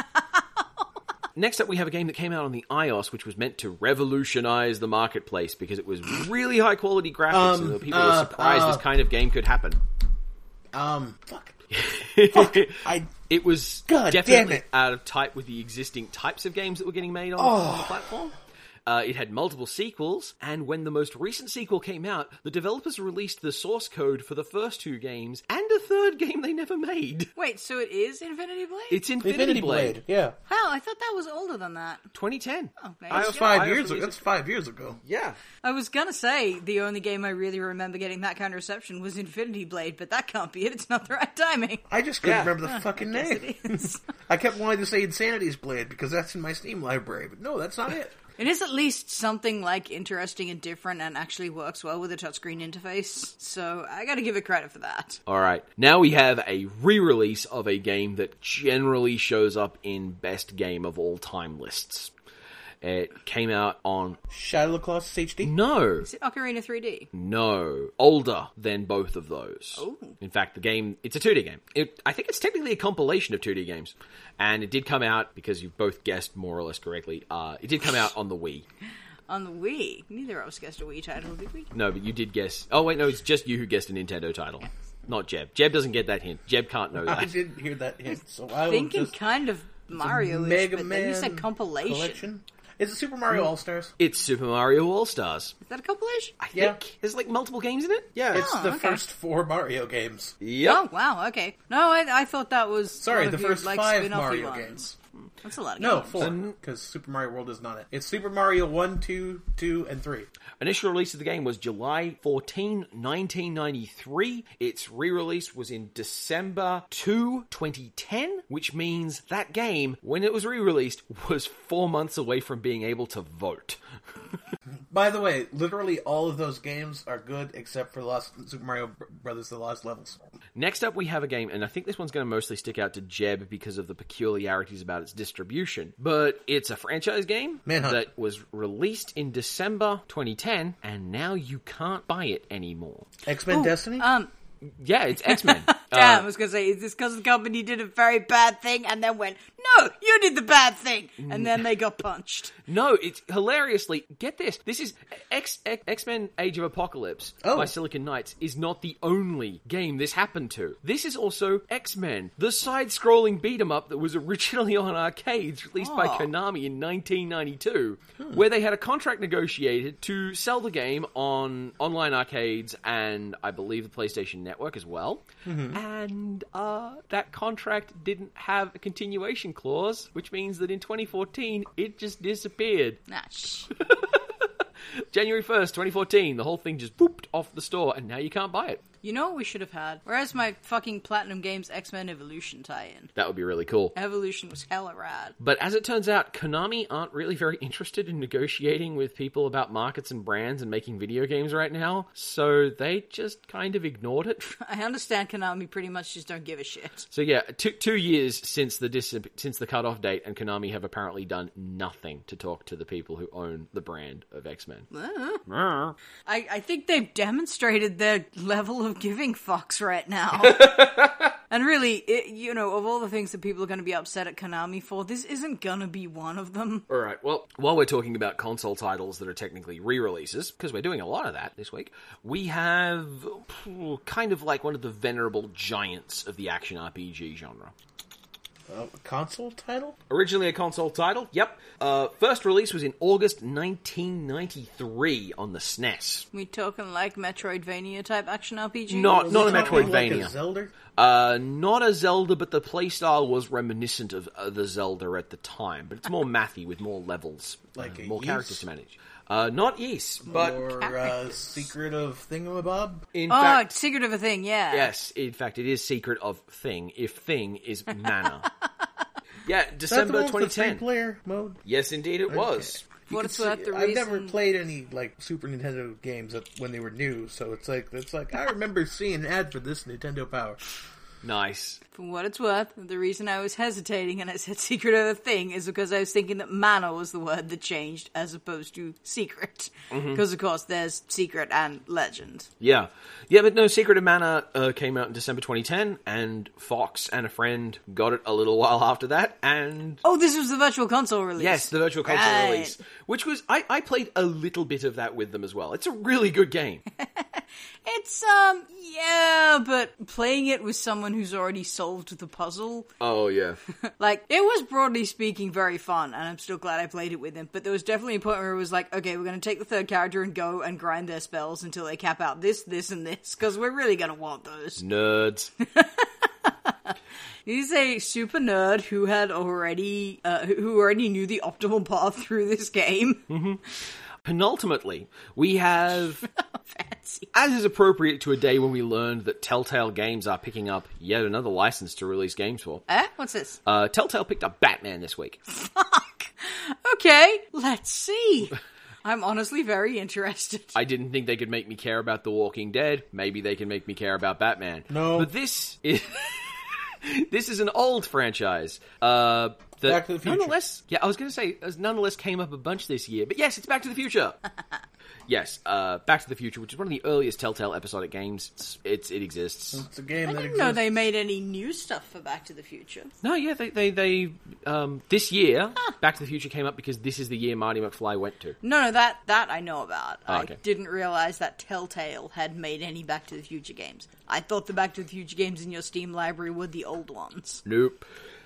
Speaker 3: Next up, we have a game that came out on the iOS, which was meant to revolutionize the marketplace because it was really high quality graphics,
Speaker 2: Um,
Speaker 3: and there were people
Speaker 2: uh,
Speaker 3: were surprised
Speaker 2: uh.
Speaker 3: this kind of game could happen.
Speaker 2: Um, fuck. I
Speaker 3: it was
Speaker 2: God
Speaker 3: definitely
Speaker 2: damn it.
Speaker 3: out of type with the existing types of games that were getting made on, on
Speaker 2: Oh.
Speaker 3: the platform. Uh, it had multiple sequels, and when the most recent sequel came out, the developers released the source code for the first two games and a third game they never made.
Speaker 1: Wait, so it is Infinity Blade?
Speaker 3: It's Infinity,
Speaker 2: Infinity
Speaker 3: Blade,
Speaker 2: Blade. Yeah,
Speaker 1: Wow, I thought that was older than that.
Speaker 3: 2010.
Speaker 1: Oh, nice.
Speaker 2: that
Speaker 1: That's
Speaker 2: was
Speaker 3: Yeah,
Speaker 2: five
Speaker 3: iOS
Speaker 2: years ago.
Speaker 3: released
Speaker 2: That's five years ago.
Speaker 3: it. Yeah.
Speaker 1: I was gonna say the only game I really remember getting that kind of reception was Infinity Blade, but that can't be it. It's not the right timing.
Speaker 2: I just couldn't
Speaker 3: Yeah.
Speaker 2: remember the fucking
Speaker 1: Yes,
Speaker 2: name.
Speaker 1: it is.
Speaker 2: I kept wanting to say Insanity's Blade because that's in my Steam library, but no, that's not it.
Speaker 1: it is at least something like interesting and different, and actually works well with a touchscreen interface. So I gotta give it credit for that.
Speaker 3: All right. Now we have a re-release of a game that generally shows up in best game of all time lists. It came out on
Speaker 2: Shadow of the Colossus HD.
Speaker 3: no
Speaker 1: Is it Ocarina 3D?
Speaker 3: No, older than both of those. In fact, the game it's a 2D game. It, I think it's technically a compilation of 2D games, and it did come out because you both guessed more or less correctly. Uh, it did come out on the Wii.
Speaker 1: On the Wii. Neither of us guessed a Wii title, did we?
Speaker 3: No, but you did guess. Oh wait, no, it's just you who guessed a Nintendo title, not Jeb. Jeb doesn't get that hint. Jeb can't know
Speaker 2: I
Speaker 3: that.
Speaker 2: didn't hear that hint, so I will
Speaker 1: Thinking
Speaker 2: just
Speaker 1: kind of Mario is,
Speaker 2: Mega
Speaker 1: but then you said
Speaker 2: Man
Speaker 1: compilation.
Speaker 2: collection. Is it Super Mario All Stars?
Speaker 3: it's Super Mario All Stars.
Speaker 1: Is that a compilation?
Speaker 3: I
Speaker 2: Yeah.
Speaker 3: think there's like multiple games in it.
Speaker 2: Yeah, it's the
Speaker 1: Ah, okay.
Speaker 2: first four Mario games.
Speaker 1: Oh wow, okay. No, I, I thought that was
Speaker 2: Sorry,
Speaker 1: one
Speaker 2: the
Speaker 1: of your,
Speaker 2: first
Speaker 1: like,
Speaker 2: five
Speaker 1: spin-off-y
Speaker 2: Mario
Speaker 1: ones.
Speaker 2: games.
Speaker 1: That's a lot. Of
Speaker 2: No,
Speaker 1: games.
Speaker 2: four, because Super Mario World is not it. It's Super Mario 1, 2, 2, and 3.
Speaker 3: Initial release of the game was July 14, 1993. Its re release was in December 2, 2010, which means that game, when it was re released, was four months away from being able to vote.
Speaker 2: By the way, literally all of those games are good except for Lost Super Mario Br- Brothers: The Lost Levels.
Speaker 3: Next up, we have a game, and I think this one's going to mostly stick out to Jeb because of the peculiarities about its distribution, but it's a franchise game
Speaker 2: Manhunt.
Speaker 3: that was released in December 2010, and now you can't buy it anymore.
Speaker 2: X Men Destiny.
Speaker 1: Um,
Speaker 3: Yeah, it's Uh, X Men.
Speaker 2: Uh,
Speaker 1: damn, I was gonna say, is this because the company did a very bad thing and then went, "No, you did the bad thing," and then they got punched.
Speaker 3: No, it's hilariously. Get this. This is X X Men: Age of Apocalypse
Speaker 2: Oh.
Speaker 3: by Silicon Knights is not the only game this happened to. This is also X Men, the side-scrolling beat 'em up that was originally on arcades, released by
Speaker 1: Oh.
Speaker 3: Konami in 1992, where they had a contract negotiated to sell the game on online arcades and I believe the PlayStation Network as well. And uh, that contract didn't have a continuation clause, which means that in 2014 it just disappeared.
Speaker 1: Nah, shh.
Speaker 3: January 1st, 2014, the whole thing just booped off the store and now you can't buy it.
Speaker 1: you know what we should have had? Where's my fucking Platinum Games X Men Evolution tie-in?
Speaker 3: That would be really cool.
Speaker 1: Evolution was hella rad.
Speaker 3: But as it turns out, Konami aren't really very interested in negotiating with people about markets and brands and making video games right now, so they just kind of ignored it.
Speaker 1: I understand Konami pretty much just don't give a shit.
Speaker 3: So yeah, two two years since the dis- since the cutoff date, and Konami have apparently done nothing to talk to the people who own the brand of X Men.
Speaker 1: I, I think they've demonstrated their level of giving fucks right now. and really, it, you know, of all the things that people are going to be upset at Konami for, this isn't going to be one of them.
Speaker 3: All right. Well, while we're talking about console titles that are technically re-releases, because we're doing a lot of that this week, we have phew, kind of like one of the venerable giants of the action RPG genre.
Speaker 2: Uh, console title.
Speaker 3: Originally a console title, yep. Uh, first release was in August 1993 on the E SNES.
Speaker 1: We talking like Metroidvania type action RPG?
Speaker 3: Not not a
Speaker 2: Something like a
Speaker 3: Metroidvania.
Speaker 2: Zelda.
Speaker 3: Uh, not a Zelda, but the playstyle was reminiscent of uh, the Zelda at the time, but it's more mathy with more levels,
Speaker 2: Like
Speaker 3: uh,
Speaker 2: a
Speaker 3: more
Speaker 2: Ys?
Speaker 3: characters to manage. Uh, not Ys, but
Speaker 2: or uh, Secret of Thingamabob.
Speaker 3: in
Speaker 1: Oh,
Speaker 3: fact,
Speaker 1: it's secret of a thing, yeah.
Speaker 3: yes, in fact, it is Secret of Thing. If Thing is Mana, yeah,
Speaker 2: Is that the
Speaker 3: December
Speaker 2: one with the
Speaker 3: 2010.
Speaker 2: three-player mode.
Speaker 3: Yes, indeed, it was.
Speaker 1: what
Speaker 2: can
Speaker 1: it's worth,
Speaker 2: see-
Speaker 1: the
Speaker 2: I've never
Speaker 1: reason-
Speaker 2: played any like Super Nintendo games that, when they were new, so it's like it's like I remember seeing an ad for this Nintendo Power.
Speaker 3: Nice.
Speaker 1: For what it's worth, the reason I was hesitating and I said secret over thing is because I was thinking that manor was the word that changed as opposed to secret.
Speaker 3: Mm-hmm.
Speaker 1: Because, of course, there's secret and legend.
Speaker 3: Yeah, yeah, but no, Secret of Mana uh, came out in December 2010, and Fox and a friend got it a little while after that, and
Speaker 1: Oh, this was the virtual console release.
Speaker 3: yes, the Virtual Console
Speaker 1: Right.
Speaker 3: release, which was I, I played a little bit of that with them as well. It's a really good game.
Speaker 1: It's, um, yeah, but playing it with someone who's already solved the puzzle,
Speaker 3: oh yeah,
Speaker 1: like, it was broadly speaking very fun, and I'm still glad I played it with him. But there was definitely a point where it was like, okay, we're going to take the third character and go and grind their spells until they cap out this, this, and this, because we're really going to want those.
Speaker 3: Mm. nerds.
Speaker 1: He's a super nerd who had already, uh, who already knew the optimal path through this game.
Speaker 3: Penultimately, we have,
Speaker 1: Fancy.
Speaker 3: as is appropriate to a day when we learned that Telltale Games are picking up yet another license to release games for.
Speaker 1: Eh? What's this?
Speaker 3: Uh, Telltale picked up Batman this week.
Speaker 1: Fuck. Okay, let's see. I'm honestly very interested.
Speaker 3: I didn't think they could make me care about The Walking Dead. Maybe they can make me care about Batman.
Speaker 2: No.
Speaker 3: but this is this is an old franchise. Uh, that
Speaker 2: Back to the Future.
Speaker 3: Nonetheless, yeah, I was going to say, as nonetheless came up a bunch this year. But yes, it's Back to the Future. yes, uh, Back to the Future, which is one of the earliest Telltale episodic games. It's, it's it exists.
Speaker 2: It's a game
Speaker 1: I
Speaker 2: that
Speaker 1: didn't
Speaker 2: exists.
Speaker 1: know they made any new stuff for Back to the Future.
Speaker 3: No, yeah, they they, they um, this year Back to the Future came up because this is the year Marty McFly went to.
Speaker 1: No, no, that that I know about.
Speaker 3: Oh,
Speaker 1: I
Speaker 3: okay.
Speaker 1: didn't realize that Telltale had made any Back to the Future games. I thought the Back to the Future games in your Steam library were the old ones,
Speaker 3: Nope.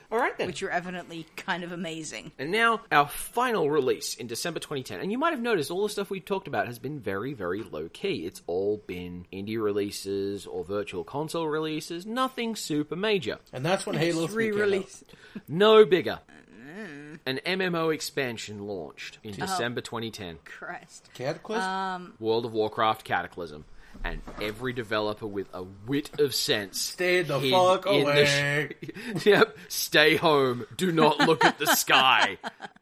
Speaker 3: All right then.
Speaker 1: which are evidently kind of amazing.
Speaker 3: And now our final release in December 2010. And you might have noticed all the stuff we've talked about has been very, very low key. It's all been indie releases or virtual console releases, nothing super major.
Speaker 2: and that's when Halo
Speaker 1: Just
Speaker 2: Three came out.
Speaker 1: re-release.
Speaker 3: No bigger. An MMO expansion launched in
Speaker 2: Oh.
Speaker 3: December 2010,
Speaker 1: Christ.
Speaker 2: Cataclysm.
Speaker 1: Uh,
Speaker 3: World of Warcraft Cataclysm. And every developer with a wit of sense
Speaker 2: Stay the
Speaker 3: hid
Speaker 2: fuck
Speaker 3: in the sh-
Speaker 2: away.
Speaker 3: yep, stay home. Do not look at the sky.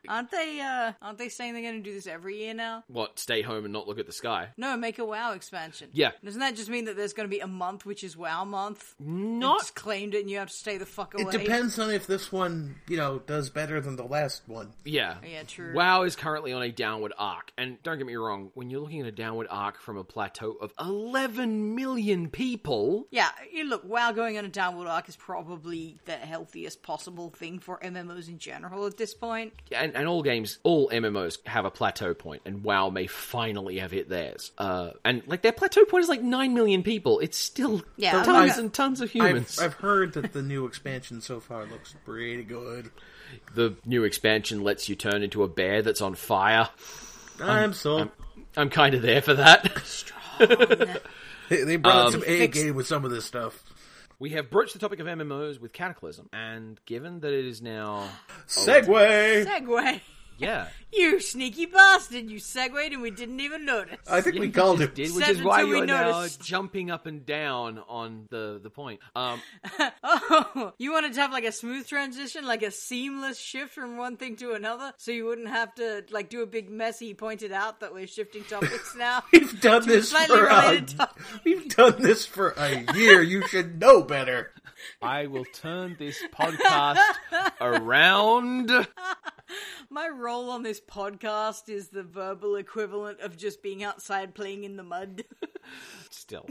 Speaker 1: Aren't they uh aren't they saying they're gonna do this every year now?
Speaker 3: What? Stay home and not look at the sky?
Speaker 1: No, make a WoW expansion.
Speaker 3: Yeah.
Speaker 1: Doesn't that just mean that there's gonna be a month which is WoW month?
Speaker 3: Not
Speaker 1: It's claimed it and you have to stay the fuck away.
Speaker 2: it depends on if this one, you know, does better than the last one.
Speaker 3: Yeah.
Speaker 1: Oh, Yeah, true.
Speaker 3: WoW is currently on a downward arc. And don't get me wrong, when you're looking at a downward arc from a plateau of 11 million people,
Speaker 1: Yeah, you look, WoW going on a downward arc is probably the healthiest possible thing for MMOs in general at this point.
Speaker 3: and, and all games, all MMOs have a plateau point, and WoW may finally have hit theirs. Uh, and like their plateau point is like 9 million people. It's still
Speaker 1: Yeah, Oh, I'm
Speaker 3: tons
Speaker 1: not-
Speaker 3: and tons of
Speaker 2: I've,
Speaker 3: humans.
Speaker 2: I've heard that the new expansion so far looks pretty good.
Speaker 3: The new expansion lets you turn into a bear that's on fire.
Speaker 2: Um, I'm so
Speaker 3: I'm kind of there for that.
Speaker 2: they, they brought some A
Speaker 1: Fix-
Speaker 2: game with some of this stuff.
Speaker 3: we have broached the topic of MMOs with Cataclysm, and given that it is now.
Speaker 2: Segway.
Speaker 1: Segway!
Speaker 3: Yeah.
Speaker 1: You sneaky bastard! You segued and we didn't even notice.
Speaker 2: I think
Speaker 3: Yeah,
Speaker 2: we
Speaker 3: you
Speaker 2: called
Speaker 3: just
Speaker 2: it.
Speaker 3: did, which
Speaker 1: Said
Speaker 3: is why
Speaker 1: until we
Speaker 3: you're now
Speaker 1: noticed.
Speaker 3: jumping up and down on the the point. Um,
Speaker 1: Oh, you wanted to have like a smooth transition, like a seamless shift from one thing to another, so you wouldn't have to like do a big mess he pointed out that we're shifting topics now.
Speaker 2: We've done this
Speaker 1: slightly
Speaker 2: for a,
Speaker 1: related topic.
Speaker 2: we've done this for a year. You should know better.
Speaker 3: I will turn this podcast around.
Speaker 1: My role on this podcast is the verbal equivalent of just being outside playing in the mud.
Speaker 3: Still,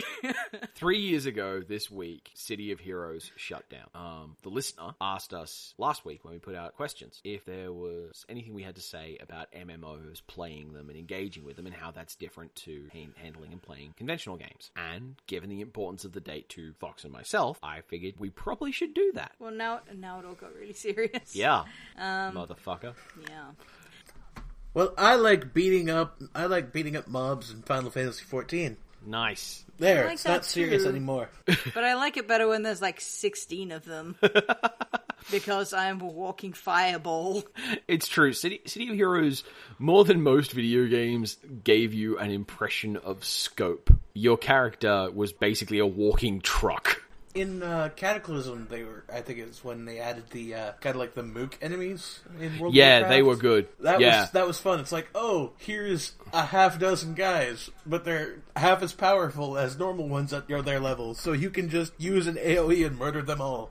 Speaker 3: three years ago this week, City of Heroes shut down. Um, the listener asked us last week when we put out questions if there was anything we had to say about MMOs, playing them and engaging with them, and how that's different to hand- handling and playing conventional games. And given the importance of the date to Fox and myself, I figured we probably should do that.
Speaker 1: well, now now it all got really serious.
Speaker 3: Yeah. Motherfucker.
Speaker 1: yeah.
Speaker 2: Well, I like beating up. I like beating up mobs in Final Fantasy 14.
Speaker 3: Nice.
Speaker 1: I
Speaker 2: There,
Speaker 1: like
Speaker 2: it's
Speaker 1: that
Speaker 2: not serious
Speaker 1: too.
Speaker 2: anymore.
Speaker 1: But I like it better when there's like sixteen of them. Because I am a walking fireball.
Speaker 3: It's true. City, City of Heroes, more than most video games, gave you an impression of scope. Your character was basically a walking truck.
Speaker 2: in uh, Cataclysm, they were. I think it's when they added the uh, kind of like the Mook enemies in World. of
Speaker 3: Yeah, they
Speaker 2: Warcraft.
Speaker 3: were good.
Speaker 2: That
Speaker 3: yeah.
Speaker 2: was that was fun. It's like, oh, here's a half dozen guys, but they're half as powerful as normal ones at your their level, so you can just use an AOE and murder them all.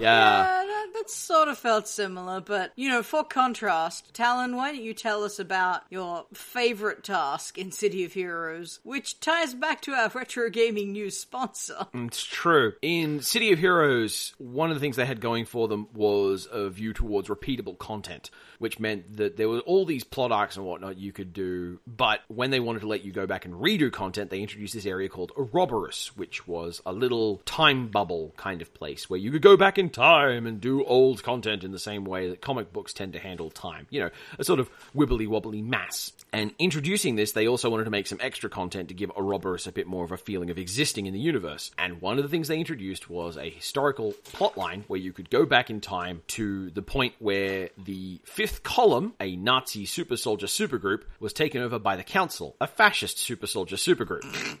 Speaker 3: yeah.
Speaker 1: Uh, that, that sort of felt similar, but you know, for contrast, Talon, why don't you tell us about your favorite task in City of Heroes, which ties back to our retro gaming news sponsor?
Speaker 3: It's true. In City of Heroes, one of the things they had going for them was a view towards repeatable content, which meant that there were all these plot arcs and whatnot you could do. But when they wanted to let you go back and redo content, they introduced this area called Ouroboros, which was a little time bubble kind of place where you could go back in time and do old content in the same way that comic books tend to handle time. You know, a sort of wibbly wobbly mass. And introducing this, they also wanted to make some extra content to give Ouroboros a bit more of a feeling of existing in the universe. And one of the things they introduced was a historical plotline where you could go back in time to the point where the Fifth Column, a Nazi super soldier supergroup, was taken over by the Council, a fascist super soldier supergroup.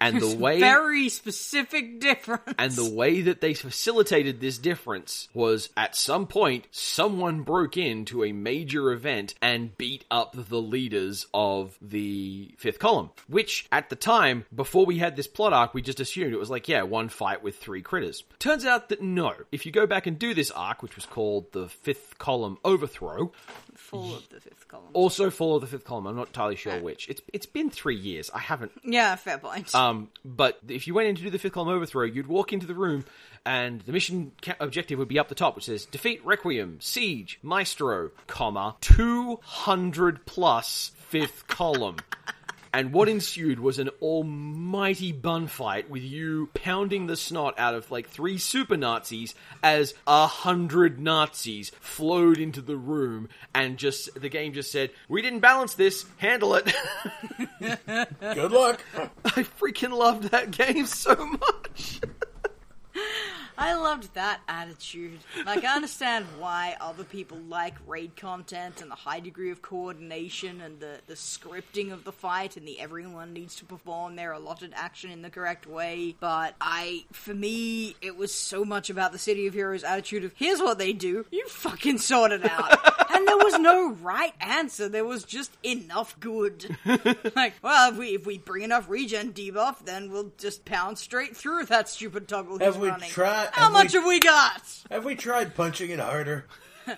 Speaker 3: And the way
Speaker 1: Very specific difference.
Speaker 3: and the way that they facilitated this difference was at some point, someone broke into a major event and beat up the leaders of the fifth column. Which, at the time, before we had this plot arc, we just assumed it was like, yeah, one fight with three critters. Turns out that no. If you go back and do this arc, which was called the fifth column overthrow,
Speaker 1: Full of the fifth column.
Speaker 3: also follow the fifth column, I'm not entirely sure which. It's, it's been three years. I haven't
Speaker 1: yeah, fair point.
Speaker 3: um, but if you went in to do the fifth column overthrow, you'd walk into the room, and the mission ca- objective would be up the top, which says defeat Requiem, siege Maestro, comma two hundred plus fifth column. And what ensued was an almighty bun fight with you pounding the snot out of like three super Nazis as a hundred Nazis flowed into the room and just the game just said, We didn't balance this, handle it.
Speaker 2: Good luck.
Speaker 3: I freaking loved that game so much.
Speaker 1: I loved that attitude. Like, I understand why other people like raid content and the high degree of coordination and the, the scripting of the fight and the everyone needs to perform their allotted action in the correct way. But I, for me, it was so much about the City of Heroes attitude of here's what they do, you fucking sort it out. and there was no right answer, there was just enough good. like, well, if we, if we bring enough regen debuff, then we'll just pound straight through that stupid toggle
Speaker 2: Have
Speaker 1: he's
Speaker 2: we
Speaker 1: running.
Speaker 2: tried-
Speaker 1: How
Speaker 2: have
Speaker 1: much
Speaker 2: we-
Speaker 1: have we got?
Speaker 2: Have we tried punching it harder?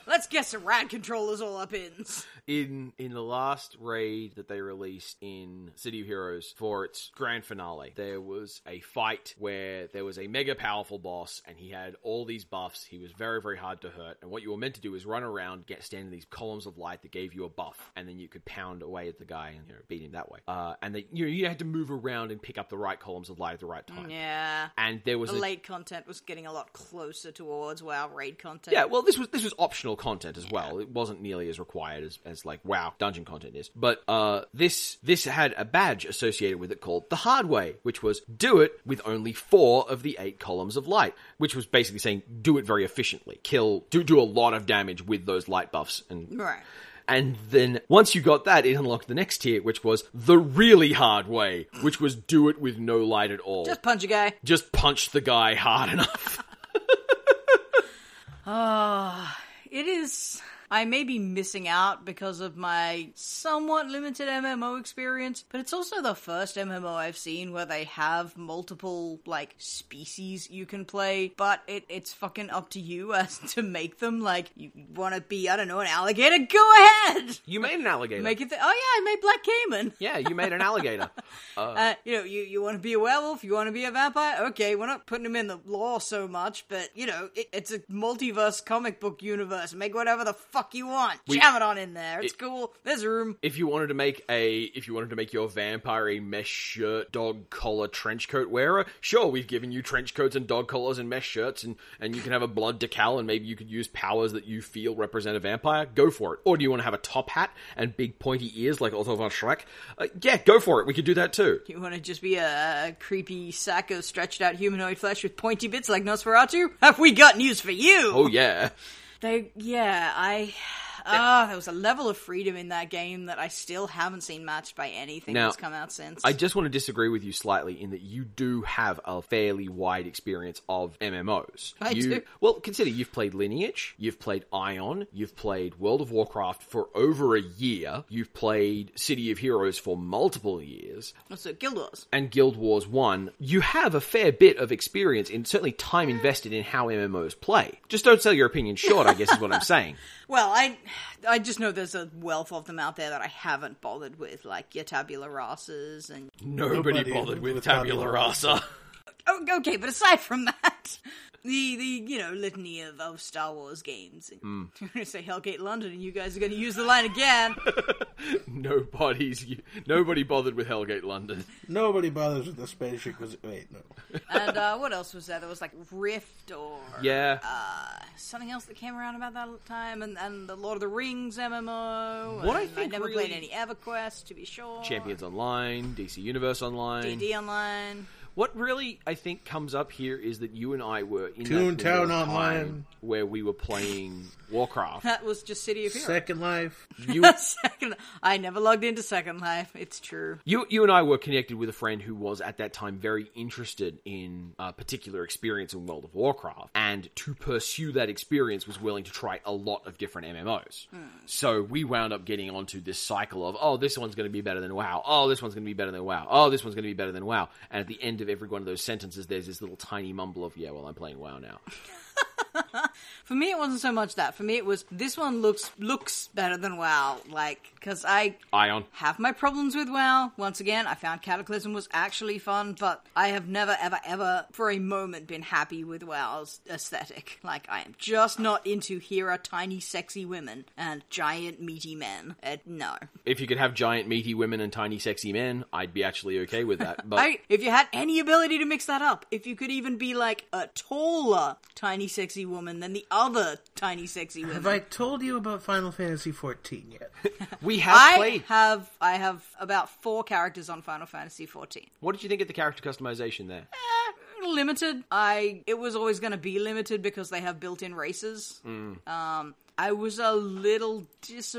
Speaker 1: Let's get some rad controllers all up ins.
Speaker 3: In in the last raid that they released in City of Heroes for its grand finale, there was a fight where there was a mega powerful boss and he had all these buffs. He was very very hard to hurt. And what you were meant to do is run around, get stand in these columns of light that gave you a buff, and then you could pound away at the guy and you know beat him that way. Uh, and that you know, you had to move around and pick up the right columns of light at the right time.
Speaker 1: Yeah.
Speaker 3: And there was
Speaker 1: The
Speaker 3: a,
Speaker 1: late content was getting a lot closer towards WoW raid content.
Speaker 3: Yeah, well, this was this was optional content as well. It wasn't nearly as required as, as like wow dungeon content is. But uh, this this had a badge associated with it called the hard way, which was do it with only four of the eight columns of light, which was basically saying do it very efficiently, kill, do do a lot of damage with those light buffs, and
Speaker 1: Right.
Speaker 3: and then once you got that, it unlocked the next tier, which was the really hard way, which was do it with no light at all.
Speaker 1: Just punch a guy.
Speaker 3: Just punch the guy hard enough.
Speaker 1: It is. I may be missing out because of my somewhat limited MMO experience, but it's also the first MMO I've seen where they have multiple, like, species you can play, but it, it's fucking up to you as to make them. Like, you wanna be, I don't know, an alligator? Go ahead!
Speaker 3: You made an alligator.
Speaker 1: Make it. Th- oh yeah, I made Black Cayman.
Speaker 3: yeah, you made an alligator.
Speaker 1: Uh, you know, you, you want to be a werewolf, you want to be a vampire. Okay, we're not putting him in the lore so much, but you know, it, it's a multiverse comic book universe. Make whatever the fuck you want. Jam it on in there. It's cool. There's room.
Speaker 3: if you wanted to make a if you wanted to make your vampire a mesh shirt dog collar trench coat wearer sure we've given you trench coats and dog collars and mesh shirts and and you can have a blood decal and maybe you could use powers that you feel represent a vampire go for it or do you want to have a top hat and big pointy ears like Otto von Schreck uh, yeah go for it we could do that too
Speaker 1: You want to just be a creepy sack of stretched out humanoid flesh with pointy bits like Nosferatu? Have we got news for you?
Speaker 3: oh yeah
Speaker 1: They, yeah, I, Ah, there was a level of freedom in that game that I still haven't seen matched by anything
Speaker 3: Now,
Speaker 1: that's come out since.
Speaker 3: I just want to disagree with you slightly in that you do have a fairly wide experience of MMOs.
Speaker 1: I
Speaker 3: you,
Speaker 1: do.
Speaker 3: Well, consider you've played Lineage, you've played Ion, you've played World of Warcraft for over a year, you've played City of Heroes for multiple years,
Speaker 1: also, Guild Wars.
Speaker 3: and Guild Wars 1. You have a fair bit of experience and certainly time invested in how MMOs play. Just don't sell your opinion short, I guess is what I'm saying.
Speaker 1: Well, I, I just know there's a wealth of them out there that I haven't bothered with, like your tabula rasas and.
Speaker 3: Nobody,
Speaker 2: Nobody
Speaker 3: bothered with,
Speaker 2: with
Speaker 3: Tabula
Speaker 2: tabula
Speaker 3: Rasa.
Speaker 1: Oh, okay, but aside from that, the the you know litany of, of Star Wars games.
Speaker 3: Hmm.
Speaker 1: I'm gonna say Hellgate London, and you guys are gonna use the line again.
Speaker 3: Nobody's nobody bothered with Hellgate London.
Speaker 2: Nobody bothers with the spaceship. Was wait, no.
Speaker 1: and uh, what else was there? There was like Rift or
Speaker 3: Yeah.
Speaker 1: something else that came around about that time, and, and the Lord of the Rings MMO.
Speaker 3: What I
Speaker 1: and
Speaker 3: think
Speaker 1: never
Speaker 3: really-
Speaker 1: played any EverQuest to be sure.
Speaker 3: Champions Online, DC Universe Online.
Speaker 1: DD Online.
Speaker 3: What really I think comes up here is that you and I were in that
Speaker 2: Toontown
Speaker 3: period of time
Speaker 2: Online.
Speaker 3: where we were playing Warcraft.
Speaker 1: That was just City of Heroes.
Speaker 2: Second Life.
Speaker 3: You,
Speaker 1: Second, I never logged into Second Life. It's true.
Speaker 3: you, you and I were connected with a friend who was at that time very interested in a particular experience in World of Warcraft, and to pursue that experience was willing to try a lot of different MMOs.
Speaker 1: Hmm.
Speaker 3: So we wound up getting onto this cycle of oh, this one's going to be better than WoW. Oh, this one's going to be better than WoW. Oh, this one's going to be better than WoW. And at the end of every one of those sentences, there's this little tiny mumble of yeah, well, I'm playing WoW now.
Speaker 1: For me, it wasn't so much that. For me, it was this one looks looks better than WoW. Like because I
Speaker 3: Ion.
Speaker 1: have my problems with WoW. Once again, I found Cataclysm was actually fun, but I have never, ever, ever for a moment been happy with WoW's aesthetic. Like, I am just not into here are tiny, sexy women and giant, meaty men. Uh, no.
Speaker 3: If you could have giant meaty women and tiny sexy men, I'd be actually okay with that. But
Speaker 1: I, if you had any ability to mix that up, if you could even be like a taller, tiny, sexy woman than the other tiny, sexy woman.
Speaker 2: Have I told you about Final Fantasy fourteen yet?
Speaker 3: we have
Speaker 1: I
Speaker 3: played.
Speaker 1: have I have about four characters on Final Fantasy XIV.
Speaker 3: What did you think of the character customization there?
Speaker 1: Eh, limited. I it was always going to be limited because they have built-in races. Um, I was a little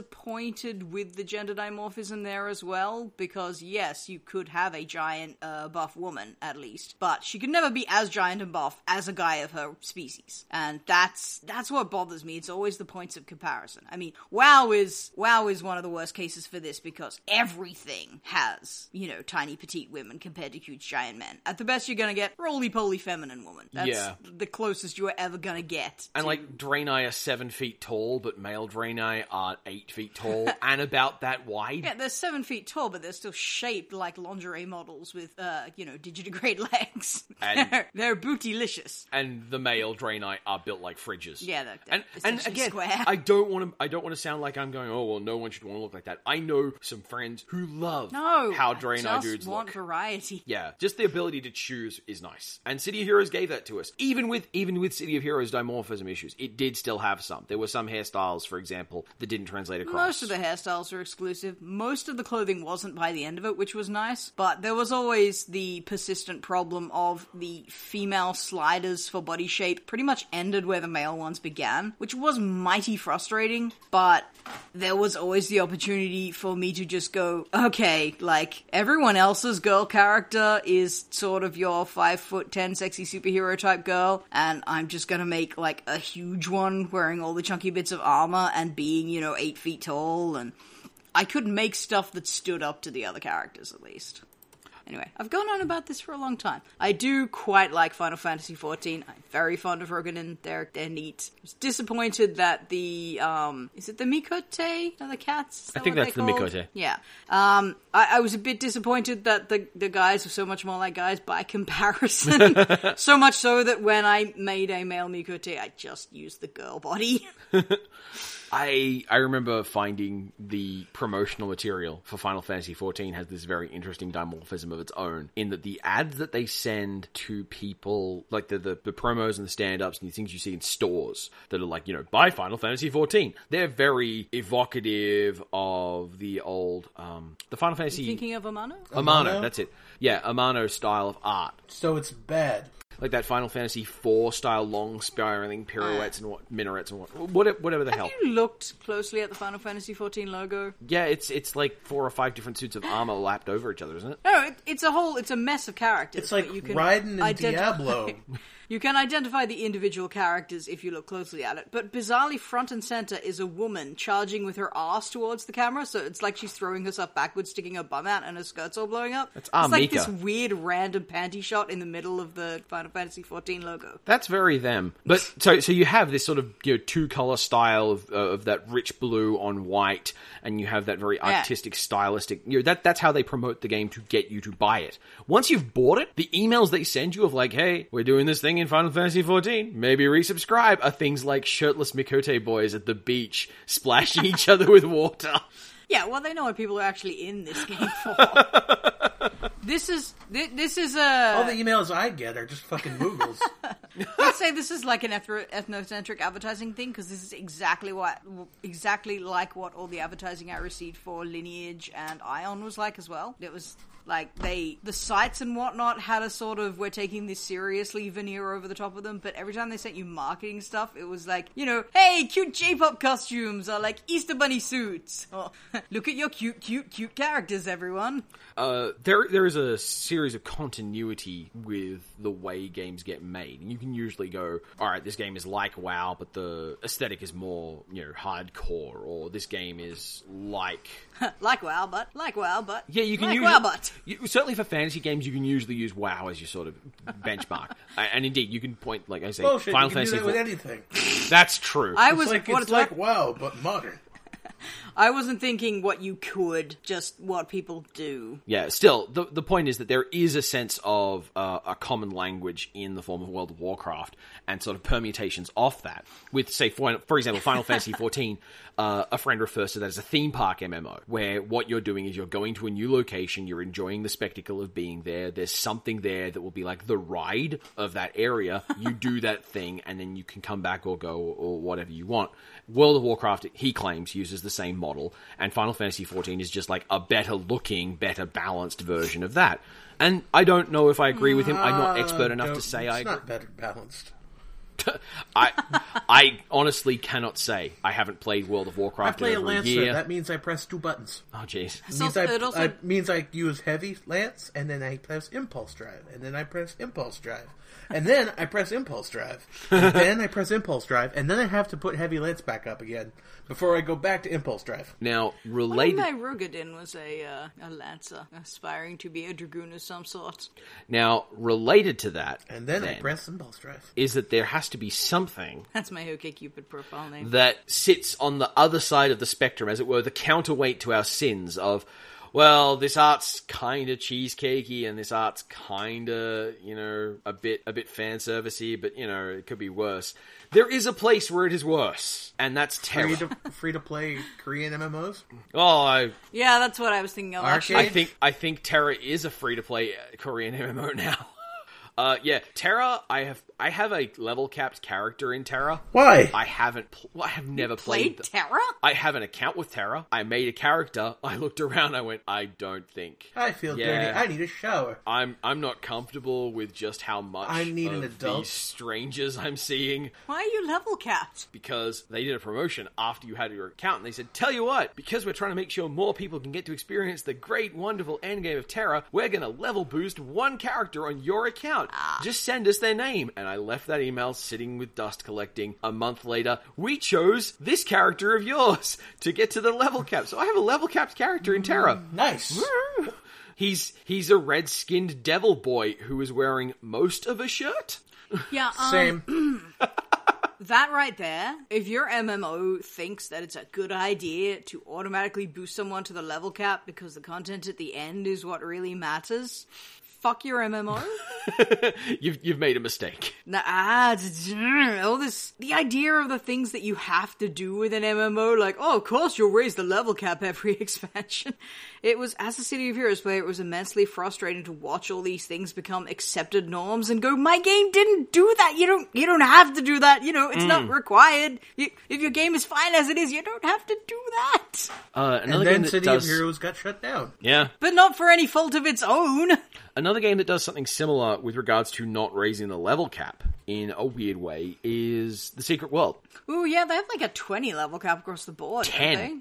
Speaker 1: disappointed with the gender dimorphism there as well because yes, you could have a giant uh, buff woman at least, but she could never be as giant and buff as a guy of her species, and that's that's what bothers me. It's always the points of comparison. I mean, WoW is WoW is one of the worst cases for this because everything has you know tiny petite women compared to huge giant men. At the best, you're gonna get roly poly feminine woman. That's
Speaker 3: Yeah.
Speaker 1: the closest you're ever gonna get.
Speaker 3: And like Draenei are seven feet tall, but male Draenei are eight feet tall and about that wide.
Speaker 1: Yeah, they're seven feet tall, but they're still shaped like lingerie models with, uh, you know, digitigrade legs.
Speaker 3: And-
Speaker 1: they're, they're bootylicious.
Speaker 3: And the male Draenei are built like fridges.
Speaker 1: Yeah, they're- they're
Speaker 3: and, and
Speaker 1: essentially
Speaker 3: again,
Speaker 1: square.
Speaker 3: I don't want to. I don't want to sound like I'm going. Oh well, no one should want to look like that. I know some friends who love
Speaker 1: No,
Speaker 3: how
Speaker 1: I
Speaker 3: Draenei
Speaker 1: just
Speaker 3: dudes
Speaker 1: want
Speaker 3: look.
Speaker 1: variety.
Speaker 3: Yeah, just the ability to choose is nice, and City of Heroes gave that to us. Even with even with City of Heroes dimorphism issues, it did still have some. There were some hairstyles, for example, that didn't translate across.
Speaker 1: Most of the hairstyles were exclusive. Most of the clothing wasn't by the end of it, which was nice. But there was always the persistent problem of the female sliders for body shape pretty much ended where the male ones began, which was mighty frustrating. But there was always the opportunity for me to just go, okay, like everyone else's girl character is sort of your five foot ten sexy superhero type girl, and I'm just gonna make like a huge one wearing all the chunky bits of armor and being, you know, eight feet tall and I could make stuff that stood up to the other characters at least. Anyway, I've gone on about this for a long time. I do quite like Final Fantasy XIV. I'm very fond of Roganin. They're they're neat. I was disappointed that the um is it the Mikote or the cats? Is that
Speaker 3: think
Speaker 1: what
Speaker 3: that's
Speaker 1: they're
Speaker 3: the
Speaker 1: called?
Speaker 3: Mikote.
Speaker 1: Yeah. Um, I, I was a bit disappointed that the the guys were so much more like guys by comparison. so much so that when I made a male Mikote, I just used the girl body.
Speaker 3: I I remember finding the promotional material for Final Fantasy XIV has this very interesting dimorphism of its own in that the ads that they send to people like the the, the promos and the stand ups and the things you see in stores that are like you know buy Final Fantasy XIV they're very evocative of the old um the Final Fantasy
Speaker 1: Thinking of Amano?
Speaker 3: Amano
Speaker 2: Amano?
Speaker 3: that's it yeah Amano style of art
Speaker 2: So it's bad.
Speaker 3: like that Final Fantasy IV style long spiraling pirouettes
Speaker 1: Ah.
Speaker 3: and what minarets and what whatever, whatever the hell.
Speaker 1: Have you looked closely at the Final Fantasy XIV logo?
Speaker 3: Yeah, it's it's like four or five different suits of armor lapped over each other, isn't it?
Speaker 1: No, it, it's a whole. It's a mess of characters.
Speaker 2: It's
Speaker 1: but
Speaker 2: like
Speaker 1: you can
Speaker 2: Raiden and
Speaker 1: identify-
Speaker 2: Diablo.
Speaker 1: You can identify the individual characters if you look closely at it, but bizarrely, front and center is a woman charging with her ass towards the camera, so it's like she's throwing herself backwards, sticking her bum out, and her skirt's all blowing up. It's
Speaker 3: Ah,
Speaker 1: like
Speaker 3: Mika.
Speaker 1: this weird random panty shot in the middle of the Final Fantasy XIV logo.
Speaker 3: That's very them. But so so you have this sort of you know two color style of uh, of that rich blue on white, and you have that very artistic, stylistic. You know, that that's how they promote the game to get you to buy it. Once you've bought it, the emails they send you of like, hey, we're doing this thing in Final Fantasy XIV, maybe resubscribe, are things like shirtless Mikote boys at the beach splashing each other with water.
Speaker 1: Yeah, well, they know what people are actually in this game for. this is thi- this is a.
Speaker 2: All the emails I get are just fucking Moogles.
Speaker 1: I'd say this is like an ethro- ethnocentric advertising thing because this is exactly what, exactly like what all the advertising I received for Lineage and Ion was like as well. It was like they, the sites and whatnot had a sort of we're taking this seriously veneer over the top of them. But every time they sent you marketing stuff, it was like you know, hey, cute J-pop costumes or like Easter bunny suits. Or, Look at your cute, cute, cute characters, everyone.
Speaker 3: uh, there there is a series of continuity with the way games get made. And you can usually go, all right, this game is like WoW, but the aesthetic is more you know hardcore, or this game is like
Speaker 1: Like wow, but like wow, but
Speaker 3: yeah, you can
Speaker 1: like
Speaker 3: use
Speaker 1: wow, but.
Speaker 3: you- certainly for fantasy games, you can usually use WoW as your sort of benchmark. A- and indeed, you can point like I say,
Speaker 2: Bullshit.
Speaker 3: Final
Speaker 2: you can do that
Speaker 3: Fantasy.
Speaker 2: with
Speaker 3: IV.
Speaker 2: anything.
Speaker 3: That's true.
Speaker 1: I was
Speaker 2: It's like,
Speaker 1: what
Speaker 2: it's like WoW, but modern.
Speaker 1: I wasn't thinking what you could, just what people do.
Speaker 3: Yeah, still, the, the point is that there is a sense of uh, a common language in the form of World of Warcraft and sort of permutations off that. With, say, for, for example, Final Fantasy XIV, uh, a friend refers to that as a theme park MMO, where what you're doing is you're going to a new location, you're enjoying the spectacle of being there, there's something there that will be like the ride of that area, you do that thing, and then you can come back or go or whatever you want. World of Warcraft, he claims, uses the same model, and Final Fantasy XIV is just like a better looking, better balanced version of that. And I don't know if I agree with him. I'm not expert enough
Speaker 2: No,
Speaker 3: to say
Speaker 2: it's
Speaker 3: I.
Speaker 2: not better balanced.
Speaker 3: I, I honestly cannot say. I haven't played World of
Speaker 2: I
Speaker 3: Warcraft
Speaker 2: play
Speaker 3: in
Speaker 2: a
Speaker 3: over
Speaker 2: lancer.
Speaker 3: year.
Speaker 2: That means I press two buttons.
Speaker 3: Oh jeez.
Speaker 1: So
Speaker 2: Means I,
Speaker 1: it also
Speaker 2: I- means I use heavy lance, and then I press impulse drive, and then I press impulse drive, and then I press impulse drive, and then I press impulse drive, and then I have to put heavy lance back up again before I go back to impulse drive.
Speaker 3: Now
Speaker 1: Lady.
Speaker 3: related.
Speaker 1: My Rugadin was a uh, a lancer, aspiring to be a dragoon of some sort.
Speaker 3: Now related to that.
Speaker 2: And then, I press impulse drive.
Speaker 3: Is that there has to be something
Speaker 1: That's my OK Cupid profile name.
Speaker 3: that sits on the other side of the spectrum, as it were, the counterweight to our sins of, well, this art's kind of cheesecakey and this art's kind of, you know, a bit a bit fan servicey, but you know, it could be worse. There is a place where it is worse, and that's
Speaker 2: Free
Speaker 3: terror.
Speaker 2: to free to play Korean MMOs.
Speaker 3: oh, I,
Speaker 1: yeah, that's what I was thinking of. Actually,
Speaker 3: I
Speaker 2: Arcade?
Speaker 3: think I think Terra is a free to play Korean MMO now. Uh, yeah, Terra. I have I have a level capped character in Terra.
Speaker 2: Why?
Speaker 3: I haven't. Pl- I have never
Speaker 1: played
Speaker 3: the-
Speaker 1: Terra.
Speaker 3: I have an account with Terra. I made a character. I looked around. I went, I don't think.
Speaker 2: I feel
Speaker 3: Yeah.
Speaker 2: dirty. I need a shower.
Speaker 3: I'm I'm not comfortable with just how much
Speaker 2: I need
Speaker 3: of
Speaker 2: an adult.
Speaker 3: these strangers I'm seeing
Speaker 1: Why are you level capped?
Speaker 3: because they did a promotion after you had your account and they said, Tell you what, because we're trying to make sure more people can get to experience the great, wonderful endgame of Terra, we're gonna level boost one character on your account.
Speaker 2: Ah.
Speaker 3: Just send us their name. And I left that email sitting with dust collecting. A month later, we chose this character of yours to get to the level cap. So I have a level capped character in
Speaker 2: Mm.
Speaker 3: Terra.
Speaker 2: Nice.
Speaker 3: He's he's a red skinned devil boy who is wearing most of a shirt.
Speaker 1: Yeah, um,
Speaker 2: Same.
Speaker 1: That right there, if your MMO thinks that it's a good idea to automatically boost someone to the level cap because the content at the end is what really matters, fuck your MMO.
Speaker 3: You've you've made a mistake.
Speaker 1: Nah, ah, z- z- all this. The idea of the things that you have to do with an MMO, like, oh, of course you'll raise the level cap every expansion. It was, as a City of Heroes player, it was immensely frustrating to watch all these things become accepted norms and go, my game didn't do that. You don't, you don't have to do that. You know, it's not required. You, if your game is fine as it is, you don't have to do that.
Speaker 3: Uh, another
Speaker 2: And then
Speaker 3: game that
Speaker 2: City
Speaker 3: does,
Speaker 2: of Heroes got shut down.
Speaker 3: Yeah,
Speaker 1: But not for any fault of its own.
Speaker 3: Another game that does something similar with regards to not raising the level cap in a weird way is The Secret World.
Speaker 1: Ooh, yeah, they have like a 20 level cap across the board. don't
Speaker 3: Ten.
Speaker 1: they?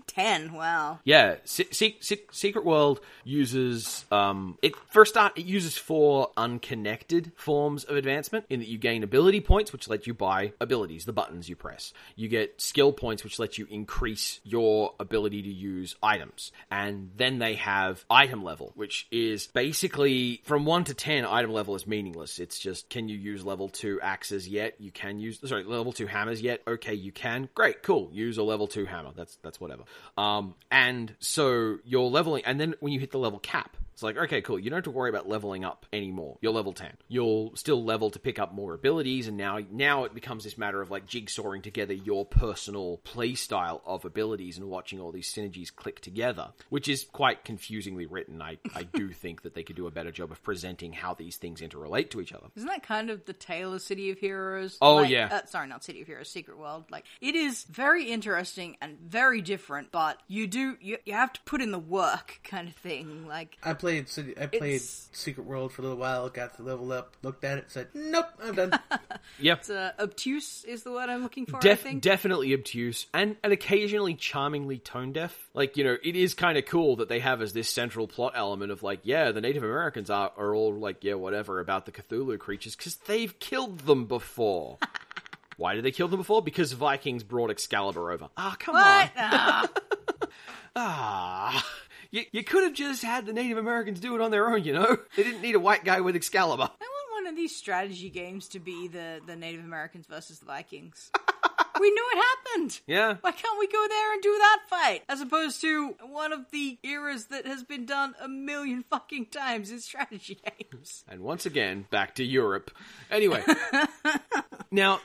Speaker 1: 10, wow.
Speaker 3: Yeah, Se- Se- Se- Secret World uses um it first start it uses four unconnected forms of advancement in that you gain ability points which let you buy abilities, the buttons you press. You get skill points which let you increase your ability to use items. And then they have item level, which is basically from 1 to 10 item level is meaningless. It's just can you use level 2 axes yet? You can use sorry, level 2 hammers yet? Okay, you can. Great, cool. Use a level 2 hammer. That's that's whatever. Um, and so you're leveling, and then when you hit the level cap, it's like, okay, cool. You don't have to worry about leveling up anymore. You're level ten. You'll still level to pick up more abilities, and now now it becomes this matter of like jigsawing together your personal play style of abilities and watching all these synergies click together, which is quite confusingly written. I I do think that they could do a better job of presenting how these things interrelate to each other.
Speaker 1: Isn't that kind of the tale of City of Heroes?
Speaker 3: Oh,
Speaker 1: Like,
Speaker 3: yeah.
Speaker 1: uh, sorry, not City of Heroes, Secret World. Like it is very interesting and very different, but you do you, you have to put in the work kind of thing. Like
Speaker 2: I played City- I played
Speaker 1: It's-
Speaker 2: Secret World for a little while, got the level up, looked at it, said, "Nope, I'm done."
Speaker 3: Yeah.
Speaker 1: it's uh, obtuse is the word I'm looking for. I
Speaker 3: Def-
Speaker 1: think.
Speaker 3: definitely obtuse and, and occasionally charmingly tone deaf. Like, you know, it is kind of cool that they have as this central plot element of like, yeah, the Native Americans are, are all like, yeah, whatever about the Cthulhu creatures because they've killed them before. Why did they kill them before? Because Vikings brought Excalibur over. Ah, come
Speaker 1: What?
Speaker 3: on.
Speaker 1: Ah,
Speaker 3: Ah. You, you could have just had the Native Americans do it on their own, you know? They didn't need a white guy with Excalibur.
Speaker 1: I want one of these strategy games to be the the Native Americans versus the Vikings. we knew it happened.
Speaker 3: Yeah.
Speaker 1: Why can't we go there and do that fight? As opposed to one of the eras that has been done a million fucking times in strategy games.
Speaker 3: And once again, back to Europe. Anyway, now,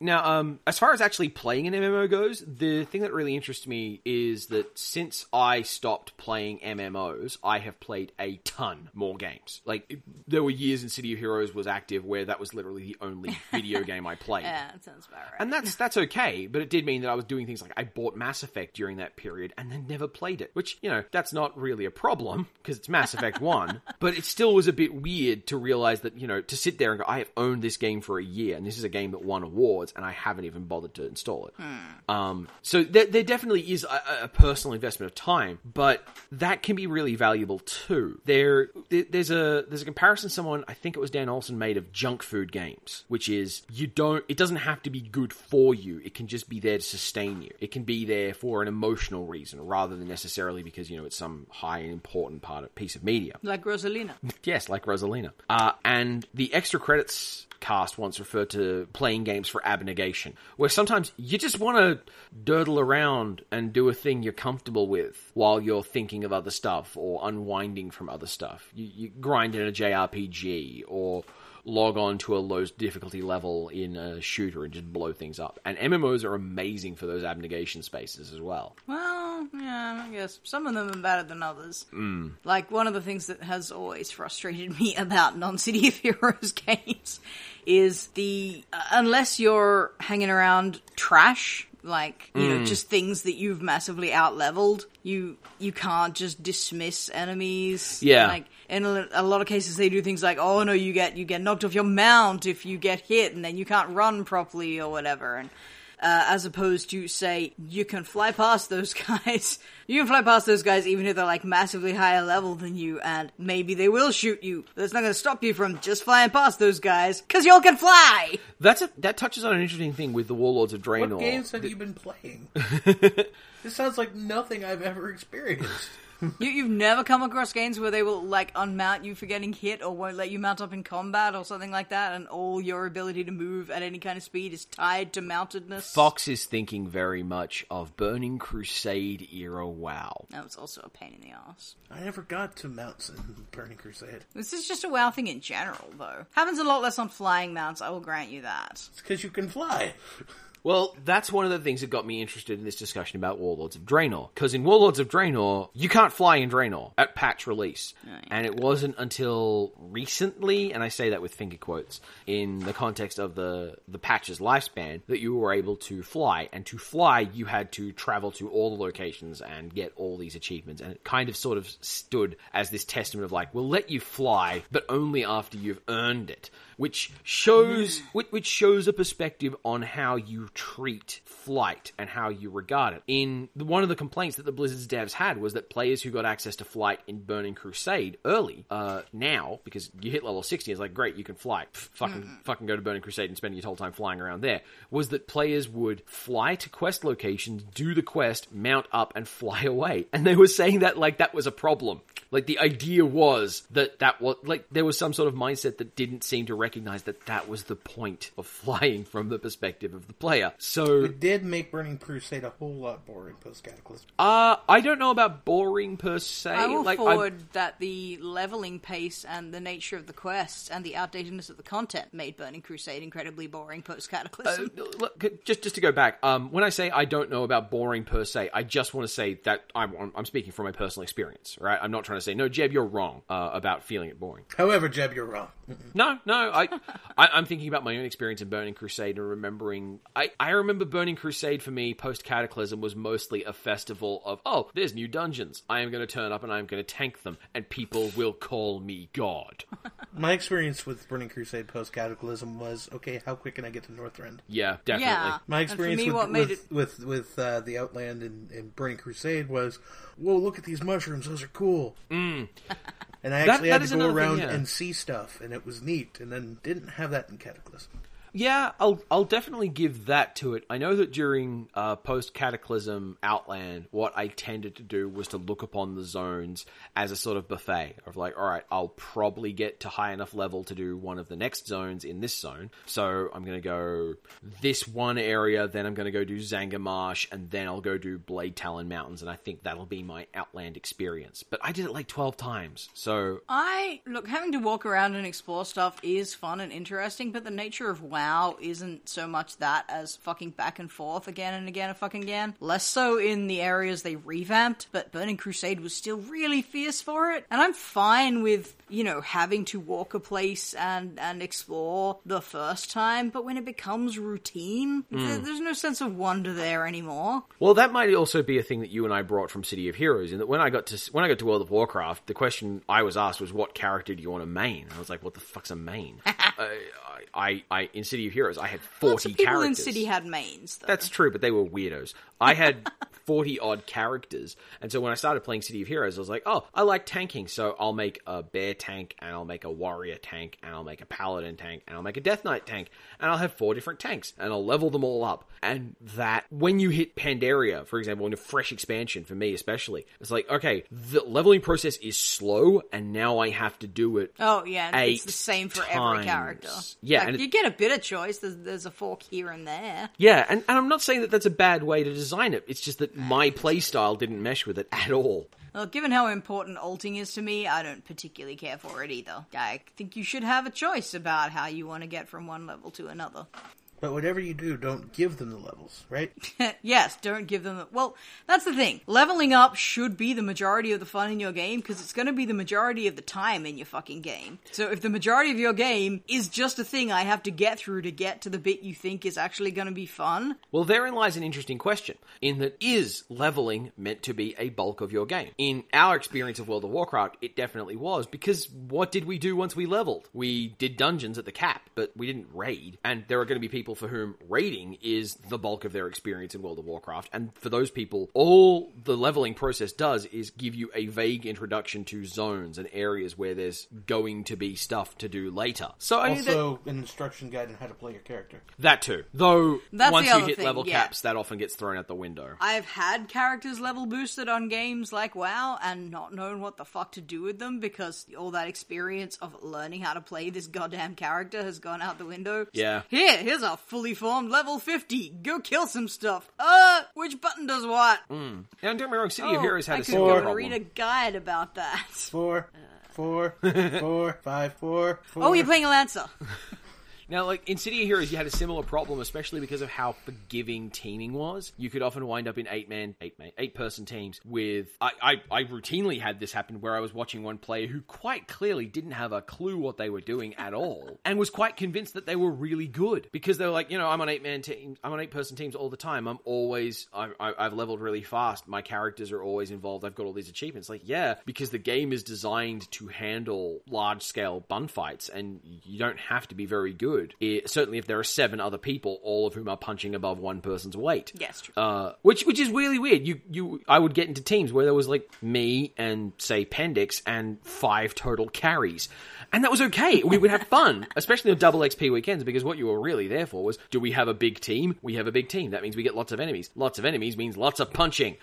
Speaker 3: now, um, as far as actually playing an MMO goes, the thing that really interests me is that since I stopped playing MMOs, I have played a ton more games. Like it- there were years in City of Heroes was active where that was literally the only video game I played.
Speaker 1: Yeah, that sounds about right.
Speaker 3: And that's that's okay, but it did mean that I was doing things like I bought Mass Effect during that period and then never played it, which you know that's not really a problem because it's Mass Effect One. But it still was a bit weird to realize that you know to sit there and go, I have owned this game for a year, and this is a game that won awards, and I haven't even bothered to install it. Um, so there, there definitely is a- a, a personal investment of time, but that can be really valuable too. There, there- there's a there's a comparison someone I think it was Dan Olson made of junk food games, which is you don't it doesn't have to be good for you. It can just be there to sustain you. It can be there for an emotional reason rather than necessarily because you know it's some high and important part of piece of media.
Speaker 1: like Rosalina.
Speaker 3: Yes, like Rosalina. Uh, and the extra credits cast once referred to playing games for abnegation, where sometimes you just want to durdle around and do a thing you're comfortable with while you're thinking of other stuff or unwinding from other stuff. You, you grind in a JRPG or log on to a low difficulty level in a shooter and just blow things up. And MMOs are amazing for those abnegation spaces as well.
Speaker 1: Well, yeah, I guess some of them are better than others. Mm. Like one of the things that has always frustrated me about non-City of Heroes games is the uh, unless you're hanging around trash, like you know, just things that you've massively outleveled, you you can't just dismiss enemies.
Speaker 3: Yeah.
Speaker 1: like in a, a lot of cases they do things like, oh no, you get you get knocked off your mount if you get hit, and then you can't run properly or whatever, and uh, as opposed to say you can fly past those guys. you can fly past those guys even if they're like massively higher level than you, and maybe they will shoot you. But it's not going to stop you from just flying past those guys because y'all can fly.
Speaker 3: That's a, that touches on an interesting thing with the Warlords of Draenor.
Speaker 2: what games have you been playing? this sounds like nothing I've ever experienced.
Speaker 1: you, you've never come across games where they will like unmount you for getting hit or won't let you mount up in combat or something like that, and all your ability to move at any kind of speed is tied to mountedness.
Speaker 3: Fox is thinking very much of Burning Crusade era WoW.
Speaker 1: That was also a pain in the ass.
Speaker 2: I never got to mounts in Burning Crusade.
Speaker 1: This is just a WoW thing in general, though. Happens a lot less on flying mounts, I will grant you that.
Speaker 2: It's because you can fly.
Speaker 3: Well, that's one of the things that got me interested in this discussion about Warlords of Draenor. Because in Warlords of Draenor, you can't fly in Draenor at patch release. And it wasn't until recently, and I say that with finger quotes, in the context of the, the patch's lifespan, that you were able to fly. And to fly, you had to travel to all the locations and get all these achievements. And it kind of sort of stood as this testament of like, we'll let you fly, but only after you've earned it. Which shows, which which shows a perspective on how you treat flight and how you regard it. In the- one of the complaints that the Blizzard's devs had was that players who got access to flight in Burning Crusade early, uh, now because you hit level sixty, it's like great, you can fly. Pff, fucking fucking go to Burning Crusade and spend your whole time flying around there. Was that players would fly to quest locations, do the quest, mount up, and fly away, and they were saying that like that was a problem. Like the idea was that that was like there was some sort of mindset that didn't seem to recognize that that was the point of flying from the perspective of the player. So
Speaker 1: Mm.
Speaker 2: It did make Burning Crusade a whole lot boring post Cataclysm.
Speaker 3: uh, I don't know about boring per se.
Speaker 1: I will
Speaker 3: like I'm-
Speaker 1: forward that the leveling pace and the nature of the quests and the outdatedness of the content made Burning Crusade incredibly boring post Cataclysm.
Speaker 3: look, just just to go back, um, when I say I don't know about boring per se, I just want to say that I'm I'm- I'm speaking from my personal experience, right? I'm not trying to say no, Jeb, you're wrong uh, about feeling it boring.
Speaker 2: However, Jeb, you're wrong.
Speaker 3: No, no, I, I I'm thinking about my own experience in Burning Crusade and remembering. I I remember Burning Crusade for me post Cataclysm was mostly a festival of oh, there's new dungeons. I am going to turn up and I'm going to tank them, and people will call me God.
Speaker 2: My experience with Burning Crusade post Cataclysm was okay. How quick can I get to Northrend?
Speaker 3: Yeah, definitely.
Speaker 1: yeah.
Speaker 2: My
Speaker 1: And
Speaker 2: experience
Speaker 1: for me,
Speaker 2: with,
Speaker 1: what made
Speaker 2: with, with with, uh, the Outland and, and Burning Crusade was, whoa, look at these mushrooms; those are cool. and I actually
Speaker 3: Mm. that
Speaker 2: had
Speaker 3: is
Speaker 2: to go
Speaker 3: another thing,
Speaker 2: around
Speaker 3: yeah.
Speaker 2: and see stuff, and it was neat. And then didn't have that in Cataclysm.
Speaker 3: Yeah, I'll I'll definitely give that to it. I know that during uh, post Cataclysm Outland, what I tended to do was to look upon the zones as a sort of buffet of like, all right, I'll probably get to high enough level to do one of the next zones in this zone, so I'm gonna go this one area, then I'm gonna go do Zangamarsh, and then I'll go do Blade Talon Mountains, and I think that'll be my Outland experience. But I did it like twelve times, so
Speaker 1: I look having to walk around and explore stuff is fun and interesting, but the nature of WoW isn't so much that as fucking back and forth again and again and fucking again. Less so in the areas they revamped, but Burning Crusade was still really fierce for it, and I'm fine with you know having to walk a place and and explore the first time, but when it becomes routine,
Speaker 3: Hmm.
Speaker 1: th- there's no sense of wonder there anymore.
Speaker 3: Well, that might also be a thing that you and I brought from City of Heroes, in that when I got to when I got to World of Warcraft, the question I was asked was, "What character do you want to main?" And I was like, "What the fuck's a main?" I, I, I, in City of Heroes, I had forty
Speaker 1: Lots of people
Speaker 3: characters.
Speaker 1: in City had mains. Though.
Speaker 3: That's true, but they were weirdos. I had 40 odd characters. And so when I started playing City of Heroes, I was like, oh, I like tanking. So I'll make a bear tank, and I'll make a warrior tank, and I'll make a paladin tank, and I'll make a death knight tank. And I'll have four different tanks, and I'll level them all up. And that, when you hit Pandaria, for example, in a fresh expansion, for me especially, it's like, okay, the leveling process is slow, and now I have to do it.
Speaker 1: Oh yeah, and it's
Speaker 3: eight
Speaker 1: the same for every
Speaker 3: times.
Speaker 1: character.
Speaker 3: Yeah,
Speaker 1: Like,
Speaker 3: and it-
Speaker 1: you get a bit of choice. There's, there's a fork here and there.
Speaker 3: Yeah, and, and I'm not saying that that's a bad way to design it. It's just that my playstyle didn't mesh with it at all.
Speaker 1: Well, given how important alting is to me, I don't particularly care for it either. I think you should have a choice about how you want to get from one level to another.
Speaker 2: But whatever you do, don't give them the levels, right?
Speaker 1: yes, don't give them. Well, that's the thing. Leveling up should be the majority of the fun in your game because it's going to be the majority of the time in your fucking game. So if the majority of your game is just a thing I have to get through to get to the bit you think is actually going to be fun,
Speaker 3: Well, therein lies an interesting question in that is leveling meant to be a bulk of your game? In our experience of World of Warcraft, it definitely was because what did we do once we leveled? We did dungeons at the cap, but we didn't raid. And there are going to be people for whom raiding is the bulk of their experience in World of Warcraft. And for those people, all the leveling process does is give you a vague introduction to zones and areas where there's going to be stuff to do later. So I mean, that-
Speaker 2: Also, an instruction guide on how to play your character.
Speaker 3: that too. Though
Speaker 1: That's
Speaker 3: once
Speaker 1: the
Speaker 3: you
Speaker 1: other
Speaker 3: hit
Speaker 1: thing,
Speaker 3: level
Speaker 1: yeah.
Speaker 3: caps, that often gets thrown out the window.
Speaker 1: I've had characters level boosted on games like WoW and not known what the fuck to do with them because all that experience of learning how to play this goddamn character has gone out the window.
Speaker 3: Yeah.
Speaker 1: Here, here's a fully formed level 50. Go kill some stuff. Uh, which button does what?
Speaker 3: Now, don't get me wrong, City of Heroes had
Speaker 1: Oh, I
Speaker 3: a
Speaker 1: could
Speaker 3: similar
Speaker 1: go and
Speaker 3: problem.
Speaker 1: read a guide about that. Uh.
Speaker 2: Four, four, four, five, four, four.
Speaker 1: Oh, you're playing a Oh, Lancer.
Speaker 3: Now, like in City of Heroes, you had a similar problem, especially because of how forgiving teaming was. You could often wind up in eight man, eight man, eight person teams with. I, I, I routinely had this happen where I was watching one player who quite clearly didn't have a clue what they were doing at all, and was quite convinced that they were really good because they were like, you know, I'm on eight man teams, I'm on eight person teams all the time. I'm always, I, I, I've leveled really fast. My characters are always involved. I've got all these achievements. Like, yeah, because the game is designed to handle large scale bun fights, and you don't have to be very good. It, certainly, if there are seven other people, all of whom are punching above one person's weight.
Speaker 1: Yes, true.
Speaker 3: Uh, which which is really weird. You you I would get into teams where there was like me and say Pendix and five total carries, and that was okay. We would have fun, especially on double XP weekends, because what you were really there for was: do we have a big team? We have a big team. That means we get lots of enemies. Lots of enemies means lots of punching,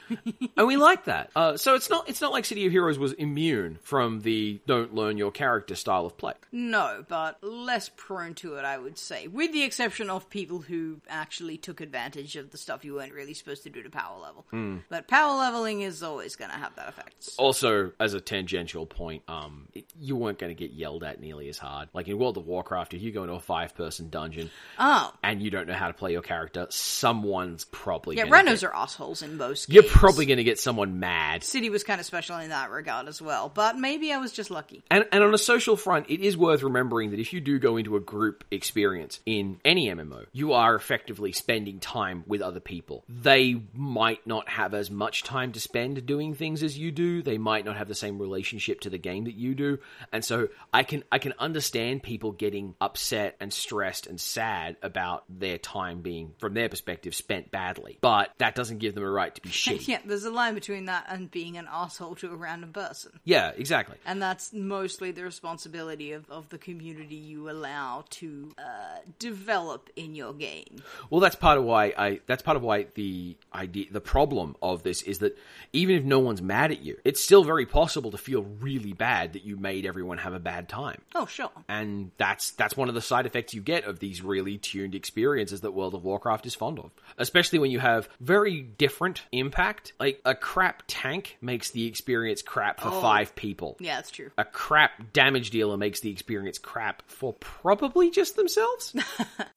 Speaker 3: and we like that. Uh, so it's not it's not like City of Heroes was immune from the don't learn your character style of play.
Speaker 1: No, but less prone to it, I would say, with the exception of people who actually took advantage of the stuff you weren't really supposed to do to power level.
Speaker 3: Hmm.
Speaker 1: But power leveling is always going to have that effect.
Speaker 3: Oh, Also, as a tangential point, um, it- you weren't going to get yelled at nearly as hard. Like in World of Warcraft, if you go into a five-person dungeon
Speaker 1: Oh,
Speaker 3: and you don't know how to play your character, someone's probably
Speaker 1: yeah,
Speaker 3: gonna
Speaker 1: renos
Speaker 3: get-
Speaker 1: are assholes in most.
Speaker 3: You're
Speaker 1: games.
Speaker 3: probably going to get someone mad.
Speaker 1: City was kind of special in that regard as well, but maybe I was just lucky.
Speaker 3: And, and on a social front, it is worth remembering that if you do go into a group experience in any MMO, you are effectively spending time with other people. They might not have as much time to spend doing things as you do. They might not have the same relationship to the game that you do. And so I can I can understand people getting upset and stressed and sad about their time being from their perspective spent badly. But that doesn't give them a right to be shitty.
Speaker 1: Yeah, there's a line between that and being an asshole to a random person.
Speaker 3: yeah, exactly.
Speaker 1: And that's mostly the responsibility of, of the community you allow to uh, develop in your game.
Speaker 3: Well, that's part of why I. That's part of why the idea, the problem of this is that even if no one's mad at you, it's still very possible to feel really bad that you made everyone have a bad time.
Speaker 1: Oh, sure.
Speaker 3: And that's that's one of the side effects you get of these really tuned experiences that World of Warcraft is fond of, especially when you have very different impact. Like a crap tank makes the experience crap for five people.
Speaker 1: Yeah, that's true.
Speaker 3: A crap damage dealer makes the experience crap for probably just themselves.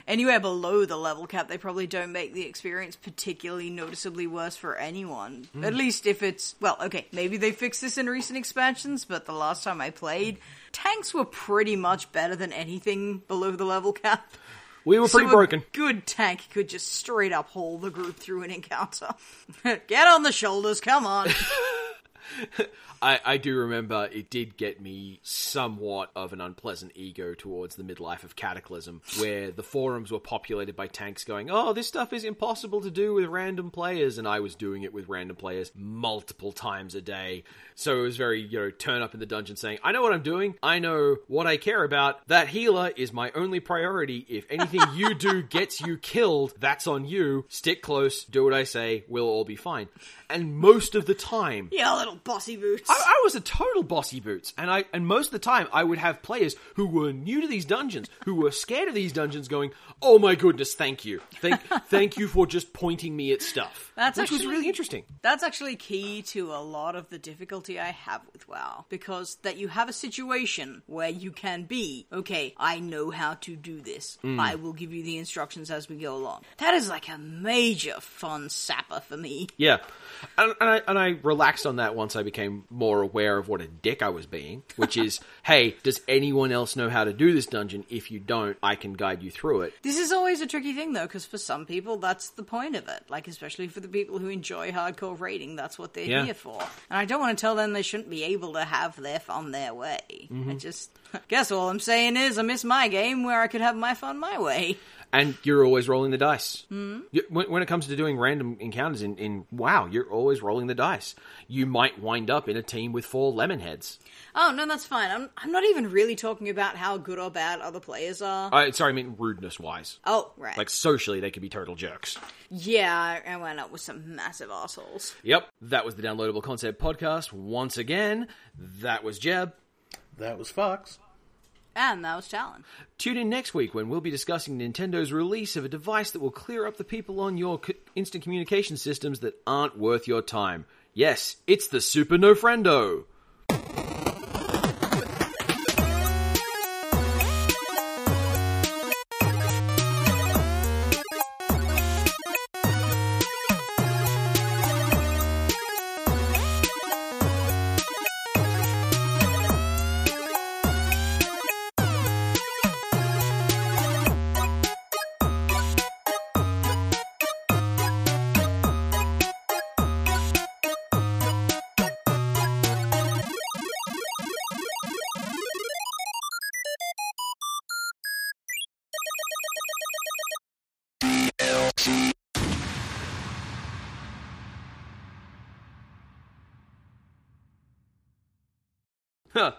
Speaker 1: Anywhere below the level cap, they probably don't make the experience particularly noticeably worse for anyone.
Speaker 3: Hmm.
Speaker 1: At least if it's. Well, okay, maybe they fixed this in recent expansions, but the last time I played, tanks were pretty much better than anything below the level cap.
Speaker 3: We were pretty
Speaker 1: So a
Speaker 3: broken.
Speaker 1: good tank could just straight up haul the group through an encounter. Get on the shoulders, come on.
Speaker 3: I, I do remember it did get me somewhat of an unpleasant ego towards the midlife of Cataclysm, where the forums were populated by tanks going, oh, this stuff is impossible to do with random players, and I was doing it with random players multiple times a day. So it was very, you know, turn up in the dungeon saying, I know what I'm doing, I know what I care about, that healer is my only priority. If anything you do gets you killed, that's on you. Stick close, do what I say, we'll all be fine. And most of the time,
Speaker 1: yeah, little bossy boots.
Speaker 3: I, I was a total bossy boots, and I and most of the time I would have players who were new to these dungeons, who were scared of these dungeons, going, "Oh my goodness, thank you, thank thank you for just pointing me at stuff."
Speaker 1: That's
Speaker 3: which was
Speaker 1: actually-
Speaker 3: really interesting.
Speaker 1: That's actually key to a lot of the difficulty I have with WoW. Because that you have a situation where you can be, okay, I know how to do this. I will give you the instructions as we go along. That is like a major fun sapper for me.
Speaker 3: Yeah, and, and I and I relaxed on that once I became more aware of what a dick I was being, which is, "Hey, does anyone else know how to do this dungeon? If you don't, I can guide you through it."
Speaker 1: This is always a tricky thing, though, because for some people, that's the point of it. Like, especially for the people who enjoy hardcore raiding, that's what they're
Speaker 3: Yeah.
Speaker 1: here for. And I don't want to tell them they shouldn't be able to have their fun their way. I just guess all I'm saying is I miss my game where I could have my fun my way.
Speaker 3: and you're always rolling the dice. Mm. You, when, when it comes to doing random encounters in, in WoW, you're always rolling the dice. You might wind up in a team with four lemon heads.
Speaker 1: Oh no, that's fine. I'm I'm not even really talking about how good or bad other players are.
Speaker 3: Uh, sorry, I mean rudeness wise.
Speaker 1: oh right,
Speaker 3: Like socially, they could be total jerks.
Speaker 1: yeah, I I went up with some massive assholes.
Speaker 3: Yep, that was the Downloadable Concept podcast once again. That was Jeb.
Speaker 2: That was Fox.
Speaker 1: And that was Talon.
Speaker 3: Tune in next week when we'll be discussing Nintendo's release of a device that will clear up the people on your co- instant communication systems that aren't worth your time. Yes, it's the Super No Friendo.
Speaker 6: Thank you.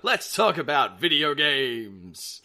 Speaker 3: Let's talk about video games.